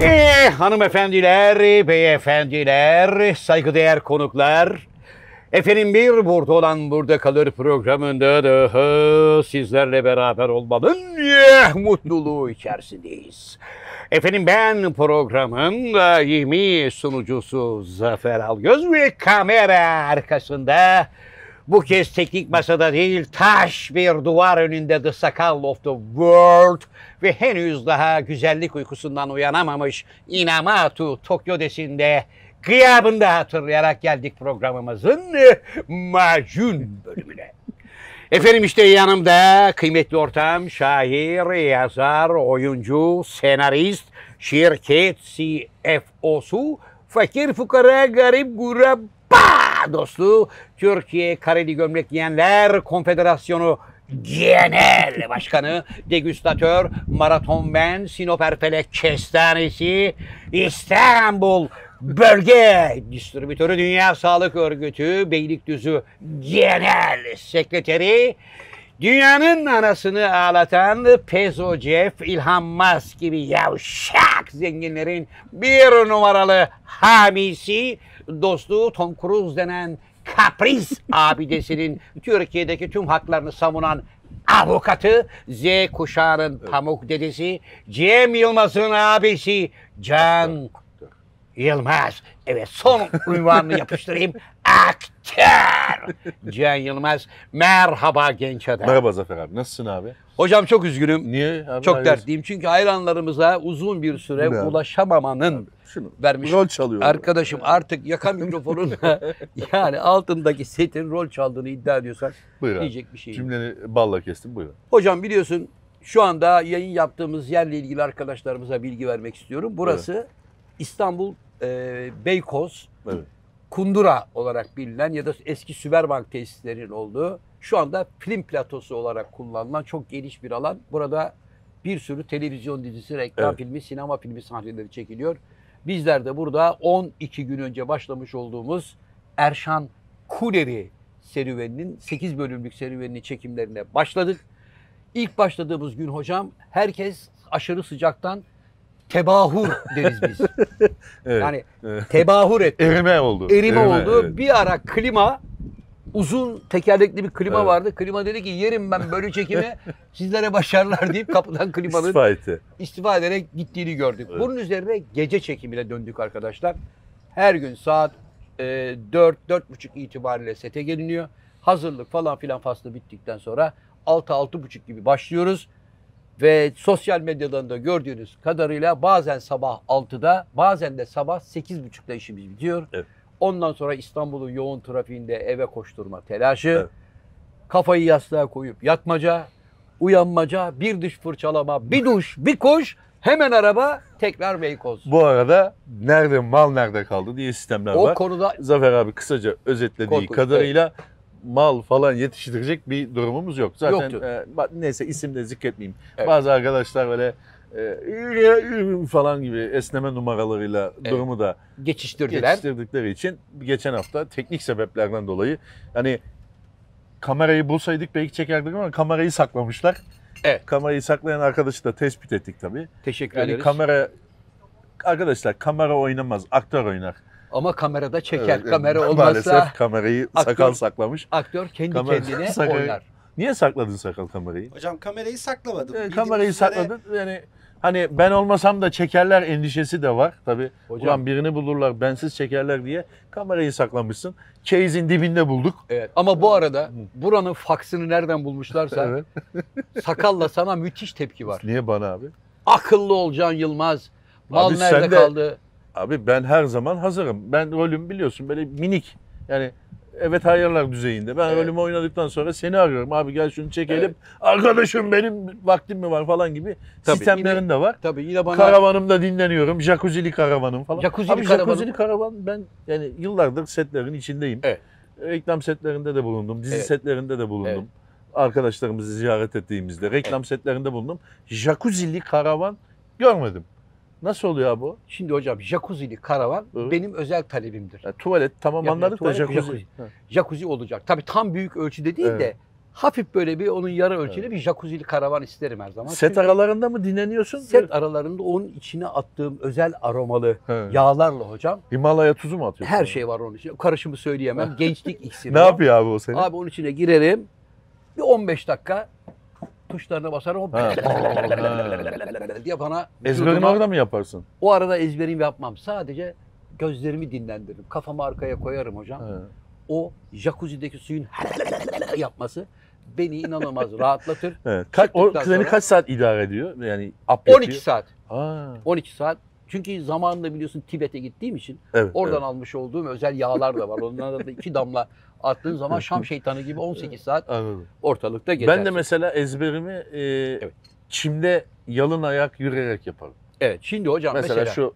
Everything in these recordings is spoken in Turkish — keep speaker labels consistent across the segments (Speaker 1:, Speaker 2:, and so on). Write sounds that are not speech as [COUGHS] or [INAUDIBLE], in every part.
Speaker 1: Eh, hanımefendiler, beyefendiler, saygıdeğer konuklar. Efendim bir burada olan burada kalır programında da hı, sizlerle beraber olmanın eh, mutluluğu içerisindeyiz. Efendim ben programın daimi sunucusu Zafer Algöz ve kamera arkasında bu kez teknik masada değil taş bir duvar önünde The Sakal of the World ve henüz daha güzellik uykusundan uyanamamış Inamatu Tokyo'desinde gıyabında hatırlayarak geldik programımızın eh, macun bölümüne. Efendim işte yanımda kıymetli ortağım, şair, yazar, oyuncu, senarist, şirket CFO'su, fakir fukara, garip guraba dostu, Türkiye Kareli Gömlek Giyenler Konfederasyonu Genel Başkanı, degüstatör, maratonmen, Sinop Erfelek Kestanesi, İstanbul Bölge Distribütörü Dünya Sağlık Örgütü Beylikdüzü Genel Sekreteri Dünyanın anasını ağlatan Pezo Jeff, İlhan Musk gibi yavşak zenginlerin bir numaralı hamisi, dostu Tom Cruise denen kapris abidesinin Türkiye'deki tüm haklarını savunan avukatı, Z kuşağının pamuk dedesi, Cem Yılmaz'ın abisi Can Yılmaz. Evet son unvanını yapıştırayım. Aktör. Can Yılmaz. Merhaba genç adam.
Speaker 2: Merhaba Zafer abi. Nasılsın abi?
Speaker 1: Hocam çok üzgünüm.
Speaker 2: Niye? Abi,
Speaker 1: Çok
Speaker 2: hayır.
Speaker 1: dertliyim. Çünkü hayranlarımıza uzun bir süre
Speaker 2: Bravo.
Speaker 1: ulaşamamanın
Speaker 2: Şunu
Speaker 1: vermiş.
Speaker 2: rol çalıyor.
Speaker 1: Arkadaşım artık yaka mikrofonunla yani altındaki setin rol çaldığını iddia ediyorsan
Speaker 2: Buyur abi.
Speaker 1: diyecek bir şey. yok.
Speaker 2: Cümleni balla kestim. Buyur.
Speaker 1: Hocam biliyorsun şu anda yayın yaptığımız yerle ilgili arkadaşlarımıza bilgi vermek istiyorum. Burası İstanbul e, Beykoz
Speaker 2: Evet.
Speaker 1: Kundura olarak bilinen ya da eski Süperbank tesislerinin olduğu şu anda film platosu olarak kullanılan çok geniş bir alan. Burada bir sürü televizyon dizisi, reklam
Speaker 2: Evet.
Speaker 1: filmi, sinema filmi sahneleri çekiliyor. Bizler de burada 12 gün önce başlamış olduğumuz Erşan Kuleri serüveninin 8 bölümlük serüveninin çekimlerine başladık. İlk başladığımız gün hocam herkes aşırı sıcaktan tebahur deriz biz.
Speaker 2: [LAUGHS] Evet.
Speaker 1: Yani
Speaker 2: Evet.
Speaker 1: tebahur etti.
Speaker 2: Erime oldu.
Speaker 1: Erime oldu.
Speaker 2: evet.
Speaker 1: Bir ara klima uzun tekerlekli bir klima
Speaker 2: Evet.
Speaker 1: vardı. Klima dedi ki yerim ben böyle
Speaker 2: [LAUGHS]
Speaker 1: çekimi sizlere başarılar deyip kapıdan klimanın
Speaker 2: İstifa etti.
Speaker 1: istifa ederek gittiğini gördük.
Speaker 2: Evet.
Speaker 1: Bunun üzerine gece çekimine döndük arkadaşlar. Her gün saat e, 4-4.30 itibariyle sete geliniyor. Hazırlık falan filan faslı bittikten sonra 6-6.30 gibi başlıyoruz. Ve sosyal medyadan da gördüğünüz kadarıyla bazen sabah 6'da bazen de sabah 8.30'da işimiz bitiyor.
Speaker 2: Evet.
Speaker 1: Ondan sonra İstanbul'un yoğun trafiğinde eve koşturma telaşı,
Speaker 2: Evet.
Speaker 1: kafayı yastığa koyup yatmaca, uyanmaca, bir dış fırçalama, bir duş, bir koş, hemen araba, tekrar Beykoz.
Speaker 2: Bu arada nerede mal nerede kaldı diye sistemler
Speaker 1: O
Speaker 2: var.
Speaker 1: konuda
Speaker 2: Zafer abi kısaca özetlediği
Speaker 1: Korkunç,
Speaker 2: kadarıyla mal falan yetiştirecek bir durumumuz yok. Zaten
Speaker 1: Yoktu.
Speaker 2: e, ba- neyse isim de zikretmeyeyim.
Speaker 1: Evet.
Speaker 2: Bazı arkadaşlar böyle e, falan gibi esneme numaralarıyla
Speaker 1: Evet.
Speaker 2: durumu da
Speaker 1: geçiştirdiler.
Speaker 2: yetiştirdikleri için geçen hafta teknik sebeplerden dolayı hani kamerayı bulsaydık belki çekerdik ama kamerayı saklamışlar.
Speaker 1: Evet.
Speaker 2: Kamerayı saklayan arkadaşı da tespit ettik tabii.
Speaker 1: Teşekkür
Speaker 2: Yani
Speaker 1: ederiz.
Speaker 2: kamera arkadaşlar kamera oynamaz, aktör oynar.
Speaker 1: Ama kamerada çeker.
Speaker 2: Evet,
Speaker 1: kamera
Speaker 2: yani
Speaker 1: olmazsa
Speaker 2: Maalesef kamerayı
Speaker 1: aktör-
Speaker 2: sakal saklamış.
Speaker 1: aktör kendi
Speaker 2: Kamera- [LAUGHS]
Speaker 1: kendine
Speaker 2: sakal-
Speaker 1: oynar.
Speaker 2: Niye sakladın sakal kamerayı?
Speaker 3: Hocam kamerayı saklamadım.
Speaker 2: Ee,
Speaker 3: Bildiğimiz
Speaker 2: kamerayı
Speaker 3: üzere
Speaker 2: sakladın. Yani hani ben olmasam da çekerler endişesi de var tabii.
Speaker 1: Hocam
Speaker 2: Ulan birini bulurlar bensiz çekerler diye kamerayı saklamışsın. Case'in dibinde bulduk.
Speaker 1: evet. ama bu arada buranın faksını nereden bulmuşlarsa
Speaker 2: [LAUGHS] Evet.
Speaker 1: sakalla sana müthiş tepki var.
Speaker 2: Niye bana abi?
Speaker 1: Akıllı olacaksın Yılmaz. Mal
Speaker 2: Abi
Speaker 1: nerede
Speaker 2: sen de-
Speaker 1: kaldı?
Speaker 2: Abi ben her zaman hazırım. Ben rolüm biliyorsun böyle minik. Yani evet hayırlar düzeyinde. Ben
Speaker 1: Evet.
Speaker 2: rolümü oynadıktan sonra seni arıyorum. Abi gel şunu çekelim. Arkadaşım benim vaktim mi var falan gibi
Speaker 1: Tabii.
Speaker 2: sistemlerin de var.
Speaker 1: Tabii yine bana
Speaker 2: Karavanımda dinleniyorum. Jacuzzili karavanım falan.
Speaker 1: Jacuzzili
Speaker 2: Abi
Speaker 1: karavanı-
Speaker 2: jacuzzili karavan ben yani yıllardır setlerin içindeyim.
Speaker 1: Evet.
Speaker 2: Reklam setlerinde de bulundum. Dizi
Speaker 1: Evet.
Speaker 2: setlerinde de bulundum. Arkadaşlarımızı ziyaret ettiğimizde reklam setlerinde bulundum. Jacuzzili karavan görmedim. Nasıl oluyor abi o?
Speaker 1: şimdi hocam jacuzzi'li karavan
Speaker 2: Evet.
Speaker 1: benim özel talebimdir.
Speaker 2: Ya tuvalet tamam
Speaker 1: Ya, ya,
Speaker 2: anladık da
Speaker 1: tuvalet,
Speaker 2: jacuzzi.
Speaker 1: jacuzzi. jacuzzi olacak. Tabii tam büyük ölçüde değil
Speaker 2: Evet.
Speaker 1: de Hafif böyle bir onun yarı ölçülü bir jacuzzi'li karavan isterim her zaman.
Speaker 2: Set
Speaker 1: Çünkü
Speaker 2: aralarında mı dinleniyorsun?
Speaker 1: set aralarında onun içine attığım özel aromalı
Speaker 2: He.
Speaker 1: yağlarla hocam
Speaker 2: Himalaya tuzu mu atıyorsun?
Speaker 1: her şey var onun içinde. Karışımı söyleyemem. Gençlik
Speaker 2: [LAUGHS]
Speaker 1: iksiri.
Speaker 2: Ne
Speaker 1: o.
Speaker 2: yapıyor abi o senin?
Speaker 1: Abi onun içine girerim. Bir 15 dakika tuşlarına basarım. Hop. [LAUGHS]
Speaker 2: Ha.
Speaker 1: diye bana
Speaker 2: Ezberini
Speaker 1: vücuduma-
Speaker 2: orada mı yaparsın?
Speaker 1: O arada ezberimi yapmam. Sadece gözlerimi dinlendiririm. Kafamı arkaya koyarım hocam.
Speaker 2: He.
Speaker 1: O jacuzzi'deki suyun [LAUGHS] yapması beni inanılmaz
Speaker 2: [LAUGHS]
Speaker 1: rahatlatır.
Speaker 2: Evet. Kaç, o
Speaker 1: Çıktıktan
Speaker 2: seni
Speaker 1: sonra-
Speaker 2: kaç saat idare ediyor? Yani up
Speaker 1: 12
Speaker 2: yapıyor.
Speaker 1: saat.
Speaker 2: Ha,
Speaker 1: 12 saat. Çünkü zamanında biliyorsun Tibet'e gittiğim için
Speaker 2: evet,
Speaker 1: oradan
Speaker 2: evet.
Speaker 1: almış olduğum özel yağlar da var. Onlara da iki damla attığın
Speaker 2: [LAUGHS]
Speaker 1: zaman Şam şeytanı gibi 18 saat
Speaker 2: Anladım.
Speaker 1: ortalıkta gezersin.
Speaker 2: Ben de mesela ezberimi e,
Speaker 1: Evet.
Speaker 2: çimde yalın ayak yürüyerek yaparım.
Speaker 1: Evet. Şimdi hocam
Speaker 2: Mesela,
Speaker 1: mesela,
Speaker 2: şu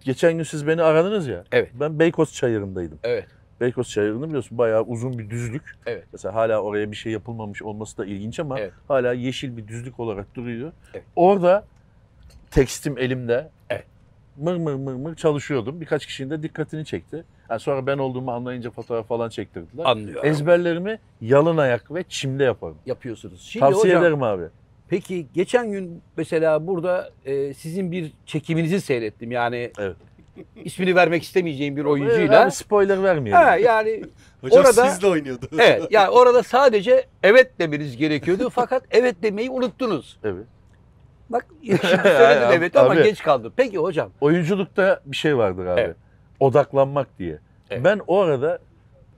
Speaker 2: geçen gün siz beni aradınız ya.
Speaker 1: Evet.
Speaker 2: Ben Beykoz Çayırı'ndaydım.
Speaker 1: Evet.
Speaker 2: Beykoz Çayırı'nı biliyorsun bayağı uzun bir düzlük.
Speaker 1: Evet.
Speaker 2: Mesela hala oraya bir şey yapılmamış olması da ilginç ama
Speaker 1: Evet.
Speaker 2: hala yeşil bir düzlük olarak duruyor.
Speaker 1: Evet.
Speaker 2: Orada tekstim elimde.
Speaker 1: Evet.
Speaker 2: Mır mır mır mır çalışıyordum. Birkaç kişinin de dikkatini çekti. Yani sonra ben olduğumu anlayınca fotoğraf falan çektirdiler.
Speaker 1: anlıyorum.
Speaker 2: Ezberlerimi yalın ayak ve çimde yaparım.
Speaker 1: yapıyorsunuz. Şimdi
Speaker 2: Tavsiye
Speaker 1: hocam,
Speaker 2: ederim abi.
Speaker 1: Peki geçen gün mesela burada e, sizin bir çekiminizi seyrettim. Yani
Speaker 2: Evet.
Speaker 1: ismini vermek istemeyeceğim bir
Speaker 2: Ben
Speaker 1: oyuncuyla.
Speaker 2: spoiler vermiyorum.
Speaker 1: Ha, yani
Speaker 3: Hocam
Speaker 1: Orada-
Speaker 3: siz de oynuyordu.
Speaker 1: evet yani orada sadece evet demeniz
Speaker 2: [LAUGHS]
Speaker 1: gerekiyordu fakat evet demeyi unuttunuz.
Speaker 2: Evet. [LAUGHS]
Speaker 1: Bak şimdi söyledin
Speaker 2: Abi,
Speaker 1: evet ama
Speaker 2: abi.
Speaker 1: geç kaldım. Peki hocam
Speaker 2: Oyunculukta bir şey vardır abi.
Speaker 1: Evet.
Speaker 2: Odaklanmak diye.
Speaker 1: Evet.
Speaker 2: Ben o arada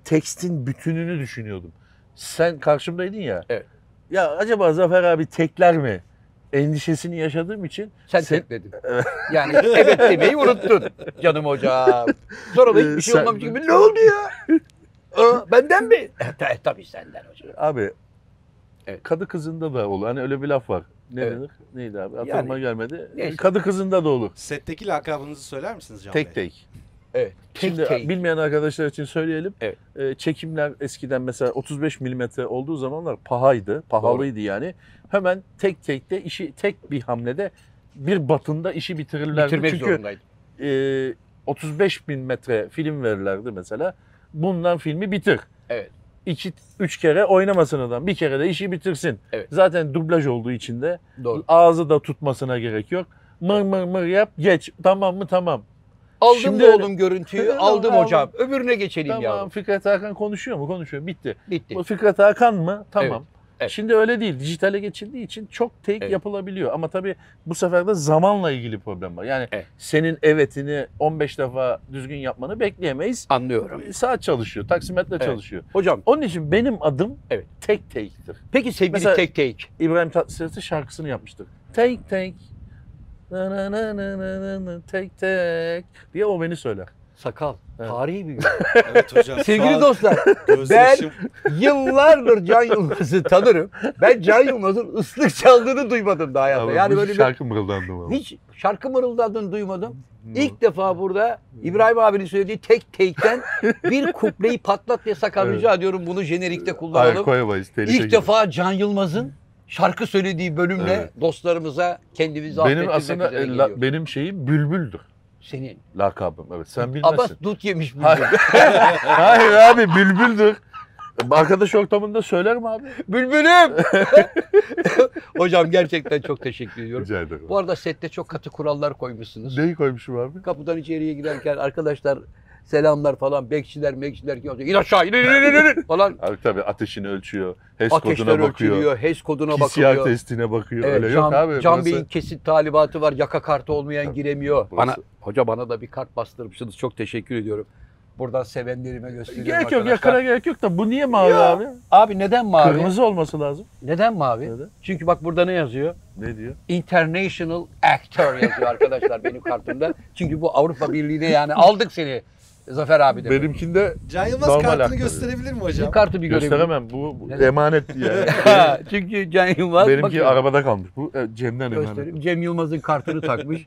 Speaker 2: tekstin bütününü düşünüyordum. Sen karşımdaydın ya.
Speaker 1: Evet.
Speaker 2: Ya acaba Zafer abi tekler mi? Endişesini yaşadığım için
Speaker 1: sen
Speaker 2: Sen-
Speaker 1: tekledin. Yani evet demeyi unuttun canım hocam. Sonra da hiçbir şey
Speaker 2: Ee, sen-
Speaker 1: olmamış gibi ne oldu ya? Aa, benden mi? [LAUGHS] E, ta- tabii senden hocam.
Speaker 2: abi
Speaker 1: Evet.
Speaker 2: kadı kızında da olur. Hani öyle bir laf var. Ne
Speaker 1: Evet.
Speaker 2: denir? Neydi abi? Aklıma gelmedi.
Speaker 1: neyse.
Speaker 2: Kadı kızında da olur.
Speaker 3: Setteki lakabınızı söyler misiniz Can
Speaker 2: Tek
Speaker 3: Bey?
Speaker 2: tek.
Speaker 1: Evet. Tek
Speaker 2: Şimdi
Speaker 1: tek.
Speaker 2: bilmeyen arkadaşlar için söyleyelim.
Speaker 1: Evet.
Speaker 2: Ee, çekimler eskiden mesela 35 milimetre olduğu zamanlar pahaydı, pahalıydı yani. Hemen tek tek de işi tek bir hamlede bir batında işi bitirirlerdi.
Speaker 1: bitirmek
Speaker 2: Çünkü
Speaker 1: zorundaydım.
Speaker 2: e, 35 bin metre film verirlerdi mesela. Bundan filmi bitir.
Speaker 1: Evet.
Speaker 2: İki, üç kere oynamasın adam. Bir kere de işi bitirsin.
Speaker 1: Evet.
Speaker 2: Zaten dublaj olduğu için de
Speaker 1: Doğru.
Speaker 2: ağzı da tutmasına gerek yok. Mır mır mır yap geç. Tamam mı tamam.
Speaker 1: Aldım mı
Speaker 2: Şimdi öyle-
Speaker 1: oğlum görüntüyü?
Speaker 2: Tamam,
Speaker 1: Aldım
Speaker 2: aldım.
Speaker 1: hocam. Öbürüne geçelim
Speaker 2: Tamam
Speaker 1: yavrum.
Speaker 2: Fikret Hakan konuşuyor mu? Konuşuyor. Bitti.
Speaker 1: Bitti.
Speaker 2: Bu Fikret Hakan mı? Tamam.
Speaker 1: evet.
Speaker 2: Şimdi öyle değil. Dijitale geçildiği için çok tek
Speaker 1: Evet.
Speaker 2: yapılabiliyor. Ama tabii bu sefer de zamanla ilgili problem var. Yani
Speaker 1: Evet.
Speaker 2: senin evetini 15 defa düzgün yapmanı bekleyemeyiz. E,
Speaker 1: Anlıyorum.
Speaker 2: Saat çalışıyor, taksimetre
Speaker 1: Evet.
Speaker 2: çalışıyor.
Speaker 1: Hocam
Speaker 2: Onun için benim adım
Speaker 1: Evet.
Speaker 2: tek tektir.
Speaker 1: peki sevgili
Speaker 2: Mesela-
Speaker 1: tek tek.
Speaker 2: İbrahim Tatlıses'in şarkısını yapmıştır. Tek tek. Na na na na na na na, tek tek diye o beni söyler.
Speaker 1: Sakal.
Speaker 2: Evet.
Speaker 1: Tarihi bir [LAUGHS] gün.
Speaker 3: Evet
Speaker 2: [LAUGHS]
Speaker 3: hocam. şu
Speaker 1: Sevgili
Speaker 3: an
Speaker 1: dostlar
Speaker 3: gözyaşım-
Speaker 1: yıllardır Can Yılmaz'ı tanırım. Ben Can Yılmaz'ın ıslık çaldığını duymadım daha hayatta. Yani böyle bir
Speaker 2: şarkı mırıldandı bana.
Speaker 1: hiç şarkı mırıldadığını duymadım. İlk defa burada İbrahim abinin söylediği tek tekten bir kupleyi patlat diye sakal
Speaker 2: Evet.
Speaker 1: rica ediyorum bunu jenerikte
Speaker 2: Hayır
Speaker 1: kullanalım.
Speaker 2: koyamayız. Tehlike
Speaker 1: İlk
Speaker 2: gibi.
Speaker 1: defa Can Yılmaz'ın şarkı söylediği bölümle
Speaker 2: Evet.
Speaker 1: dostlarımıza kendimizi
Speaker 2: benim
Speaker 1: affettirmek
Speaker 2: aslında
Speaker 1: üzere
Speaker 2: e, la-
Speaker 1: geliyor.
Speaker 2: benim şeyim bülbüldür.
Speaker 1: Senin.
Speaker 2: Lakabım evet. Sen bilmezsin.
Speaker 1: Abbas dut yemiş bu.
Speaker 2: Hayır. [LAUGHS] Hayır abi bülbüldür. Arkadaş ortamında söyler mi abi?
Speaker 1: Bülbülüm. [LAUGHS] Hocam gerçekten çok teşekkür ediyorum.
Speaker 2: Rica ederim.
Speaker 1: Bu arada sette çok katı kurallar koymuşsunuz.
Speaker 2: Neyi koymuşum abi?
Speaker 1: Kapıdan içeriye girerken arkadaşlar selamlar falan bekçiler mekçiler kim olacak? İn aşağı in in in in falan.
Speaker 2: Abi tabii ateşini ölçüyor. HES
Speaker 1: Ateşler
Speaker 2: koduna bakıyor.
Speaker 1: ölçülüyor, HES koduna
Speaker 2: PCR
Speaker 1: bakılıyor.
Speaker 2: testine bakıyor.
Speaker 1: Evet,
Speaker 2: Öyle
Speaker 1: Can,
Speaker 2: yok abi.
Speaker 1: Can
Speaker 2: burası-
Speaker 1: Bey'in kesin talibatı var. Yaka kartı olmayan
Speaker 2: Tabii.
Speaker 1: giremiyor.
Speaker 2: Burası-
Speaker 1: Bana, hoca bana da bir kart bastırmışsınız. Çok teşekkür ediyorum. Buradan sevenlerime gösteriyorum
Speaker 2: Gerek yok
Speaker 1: arkadaşlar.
Speaker 2: yakana gerek yok da bu niye mavi abi?
Speaker 1: Abi neden mavi?
Speaker 2: Kırmızı olması lazım.
Speaker 1: Neden mavi?
Speaker 2: Neden?
Speaker 1: Çünkü bak burada ne yazıyor?
Speaker 2: Ne diyor?
Speaker 1: International Actor yazıyor arkadaşlar benim kartımda. Çünkü bu Avrupa Birliği'ne yani aldık seni Zafer abi de.
Speaker 2: Benimkinde
Speaker 3: Can Yılmaz
Speaker 2: Normal
Speaker 3: kartını
Speaker 2: aktör.
Speaker 3: gösterebilir mi
Speaker 1: Şu
Speaker 3: hocam?
Speaker 1: kartı bir görelim.
Speaker 2: gösteremem. Bu bu
Speaker 1: Neden?
Speaker 2: emanet yani.
Speaker 1: [LAUGHS] Ha, Çünkü Cem Yılmaz
Speaker 2: Benimki
Speaker 1: bakıyor.
Speaker 2: arabada kalmış. Bu e, Cem'den emanet.
Speaker 1: Göstereyim. Cem Yılmaz'ın kartını takmış.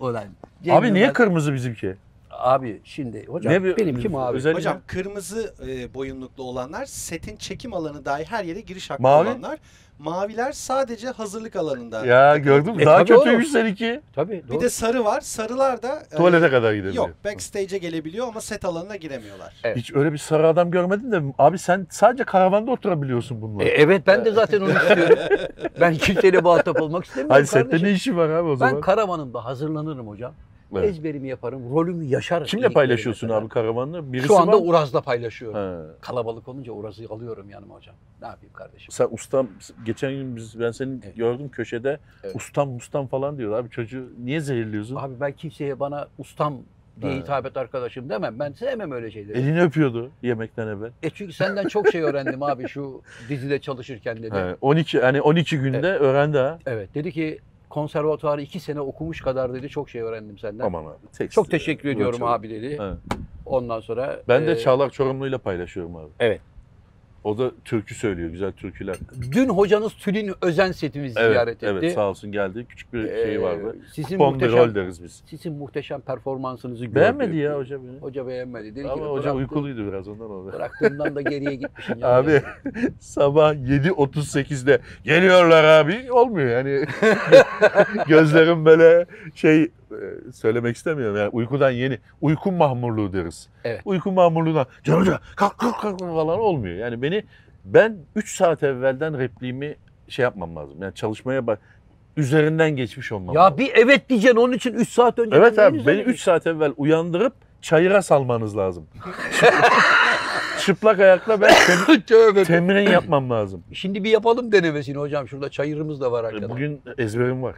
Speaker 1: Ulan. Cem
Speaker 2: Abi niye
Speaker 1: Yılmaz-
Speaker 2: kırmızı bizimki?
Speaker 1: Abi şimdi hocam
Speaker 2: Ne bir-
Speaker 1: benimki mavi.
Speaker 2: özel-
Speaker 3: Hocam kırmızı e, boyunluklu olanlar setin çekim alanı dahi her yere giriş hakkı
Speaker 2: Mavi?
Speaker 3: olanlar. Maviler sadece hazırlık alanında.
Speaker 2: Ya gördün mü?
Speaker 1: E,
Speaker 2: Daha
Speaker 1: tabii
Speaker 2: kötüymüş seninki.
Speaker 1: Tabii
Speaker 3: Bir de sarı var. Sarılar da e,
Speaker 2: Tuvalete kadar gidebiliyor.
Speaker 3: yok backstage'e gelebiliyor ama set alanına giremiyorlar.
Speaker 1: Evet.
Speaker 2: Hiç öyle bir sarı adam görmedin de abi sen sadece karavanda oturabiliyorsun bununla.
Speaker 1: E, evet ben de zaten
Speaker 2: [LAUGHS]
Speaker 1: onu istiyorum. ben kimseyle muhatap olmak istemiyorum
Speaker 2: Hayır sette
Speaker 1: kardeşim.
Speaker 2: ne işi var abi o
Speaker 1: Ben
Speaker 2: zaman?
Speaker 1: karavanımda hazırlanırım hocam.
Speaker 2: Evet.
Speaker 1: Ezberimi yaparım, rolümü yaşarım.
Speaker 2: Kimle
Speaker 1: İlk
Speaker 2: paylaşıyorsun
Speaker 1: bölümde.
Speaker 2: abi karavanını? Birisi
Speaker 1: Şu anda
Speaker 2: var. mı?
Speaker 1: Uraz'la paylaşıyorum.
Speaker 2: He.
Speaker 1: Kalabalık olunca Uraz'ı alıyorum yanıma hocam. Ne yapayım kardeşim?
Speaker 2: Sen ustam geçen gün biz ben seni
Speaker 1: Evet.
Speaker 2: gördüm köşede
Speaker 1: Evet.
Speaker 2: ustam mustam falan diyor abi çocuğu niye zehirliyorsun?
Speaker 1: Abi ben kimseye bana ustam diye
Speaker 2: Evet.
Speaker 1: hitap et arkadaşım demem. Ben sevmem öyle şeyleri.
Speaker 2: Elini öpüyordu yemekten evvel.
Speaker 1: E çünkü senden çok şey öğrendim abi şu dizide çalışırken dedi.
Speaker 2: He, 12 yani 12 günde öğrendi ha.
Speaker 1: Evet dedi ki konservatuarı iki sene okumuş kadar dedi çok şey öğrendim senden.
Speaker 2: Aman abi. tekstil.
Speaker 1: Çok teşekkür ediyorum
Speaker 2: Çok-
Speaker 1: abi dedi.
Speaker 2: Ee, Evet.
Speaker 1: Ondan sonra
Speaker 2: Ben de
Speaker 1: e,
Speaker 2: Çağlar Çorumlu'yla paylaşıyorum abi.
Speaker 1: Evet.
Speaker 2: O da türkü söylüyor güzel türküler.
Speaker 1: dün hocanız Tülin Özen setimizi
Speaker 2: Evet,
Speaker 1: ziyaret etti.
Speaker 2: evet sağ olsun geldi. Küçük bir
Speaker 1: Ee,
Speaker 2: şey vardı.
Speaker 1: Sizin
Speaker 2: Kupon bir
Speaker 1: muhteşem
Speaker 2: rol deriz biz.
Speaker 1: sizin muhteşem performansınızı gördü.
Speaker 2: Beğenmedi ya hoca beni.
Speaker 1: Hoca beğenmedi. Dedi ki
Speaker 2: Ama hoca
Speaker 1: "Bıraktı-
Speaker 2: uykuluydu biraz ondan oldu.
Speaker 1: Bıraktığımdan da geriye
Speaker 2: [LAUGHS]
Speaker 1: gitmişim. ya."
Speaker 2: Abi sabah 7.38'de geliyorlar abi. Olmuyor
Speaker 1: [LAUGHS]
Speaker 2: yani. Gözlerim böyle şey e, söylemek istemiyorum yani uykudan yeni. Uyku mahmurluğu deriz.
Speaker 1: Evet.
Speaker 2: Uyku mahmurluğuna can hoca kalk kalk kalk falan olmuyor. Yani beni ben 3 saat evvelden repliğimi şey yapmam lazım. Yani çalışmaya bak üzerinden geçmiş olmam lazım.
Speaker 1: Ya bir evet diyeceksin onun için 3 saat önce.
Speaker 2: Evet
Speaker 1: dinlediniz
Speaker 2: abi beni
Speaker 1: mi? [LAUGHS]
Speaker 2: 3 saat evvel uyandırıp çayıra salmanız lazım. Çıplak ayakla ben tem-
Speaker 1: Tövbe.
Speaker 2: temrin yapmam lazım.
Speaker 1: Şimdi bir yapalım denemesini hocam. Şurada çayırımız da var arkada. Bugün,
Speaker 2: E, Bugün ezberim var.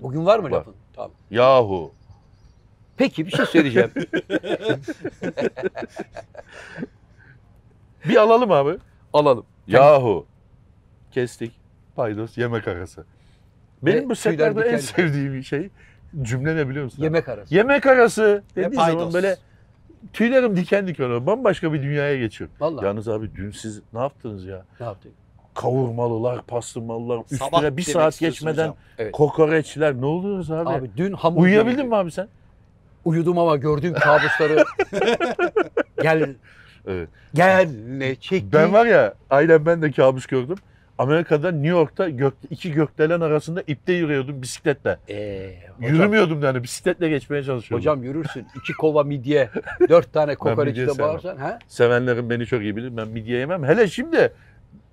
Speaker 1: var mı
Speaker 2: Var.
Speaker 1: lafın? Tamam.
Speaker 2: Yahu.
Speaker 1: Peki bir şey
Speaker 2: [LAUGHS]
Speaker 1: söyleyeceğim.
Speaker 2: Bir alalım abi.
Speaker 1: Alalım.
Speaker 2: Yahu. Kestik. Paydos yemek arası. Benim
Speaker 1: Ve tüyler
Speaker 2: bu setlerde en
Speaker 1: diken diken.
Speaker 2: sevdiğim şey cümle ne biliyor musun? abi?
Speaker 1: Yemek arası.
Speaker 2: Yemek arası dediği zaman
Speaker 3: paydos.
Speaker 2: böyle tüylerim diken diken oluyor. Bambaşka bir dünyaya geçiyorum.
Speaker 1: Vallahi
Speaker 2: Yalnız abi dün siz ne yaptınız ya?
Speaker 1: ne yaptık?
Speaker 2: kavurmalılar, pastırmalılar, üstüne
Speaker 3: Sabah
Speaker 2: bir
Speaker 3: demek
Speaker 2: saat
Speaker 3: istiyorsun
Speaker 2: geçmeden
Speaker 3: hocam.
Speaker 1: Evet.
Speaker 2: kokoreçler. Ne oluyoruz abi?
Speaker 1: Abi dün hamur
Speaker 2: Uyuyabildin
Speaker 1: yemedim.
Speaker 2: mi abi sen?
Speaker 1: Uyudum ama gördüğüm
Speaker 2: [LAUGHS]
Speaker 1: kabusları. gel.
Speaker 2: Evet.
Speaker 1: Gel ne çekti?
Speaker 2: Ben var ya, aynen ben de kabus gördüm. Amerika'da New York'ta gök, iki gökdelen arasında ipte yürüyordum bisikletle.
Speaker 1: Ee, hocam,
Speaker 2: Yürümüyordum yani bisikletle geçmeye çalışıyordum.
Speaker 1: Hocam yürürsün. İki kova midye, dört tane kokoreçi
Speaker 2: midye
Speaker 1: de
Speaker 2: sevmem.
Speaker 1: bağırsan. Ha?
Speaker 2: Sevenlerim beni çok iyi bilir. Ben midye yemem. Hele şimdi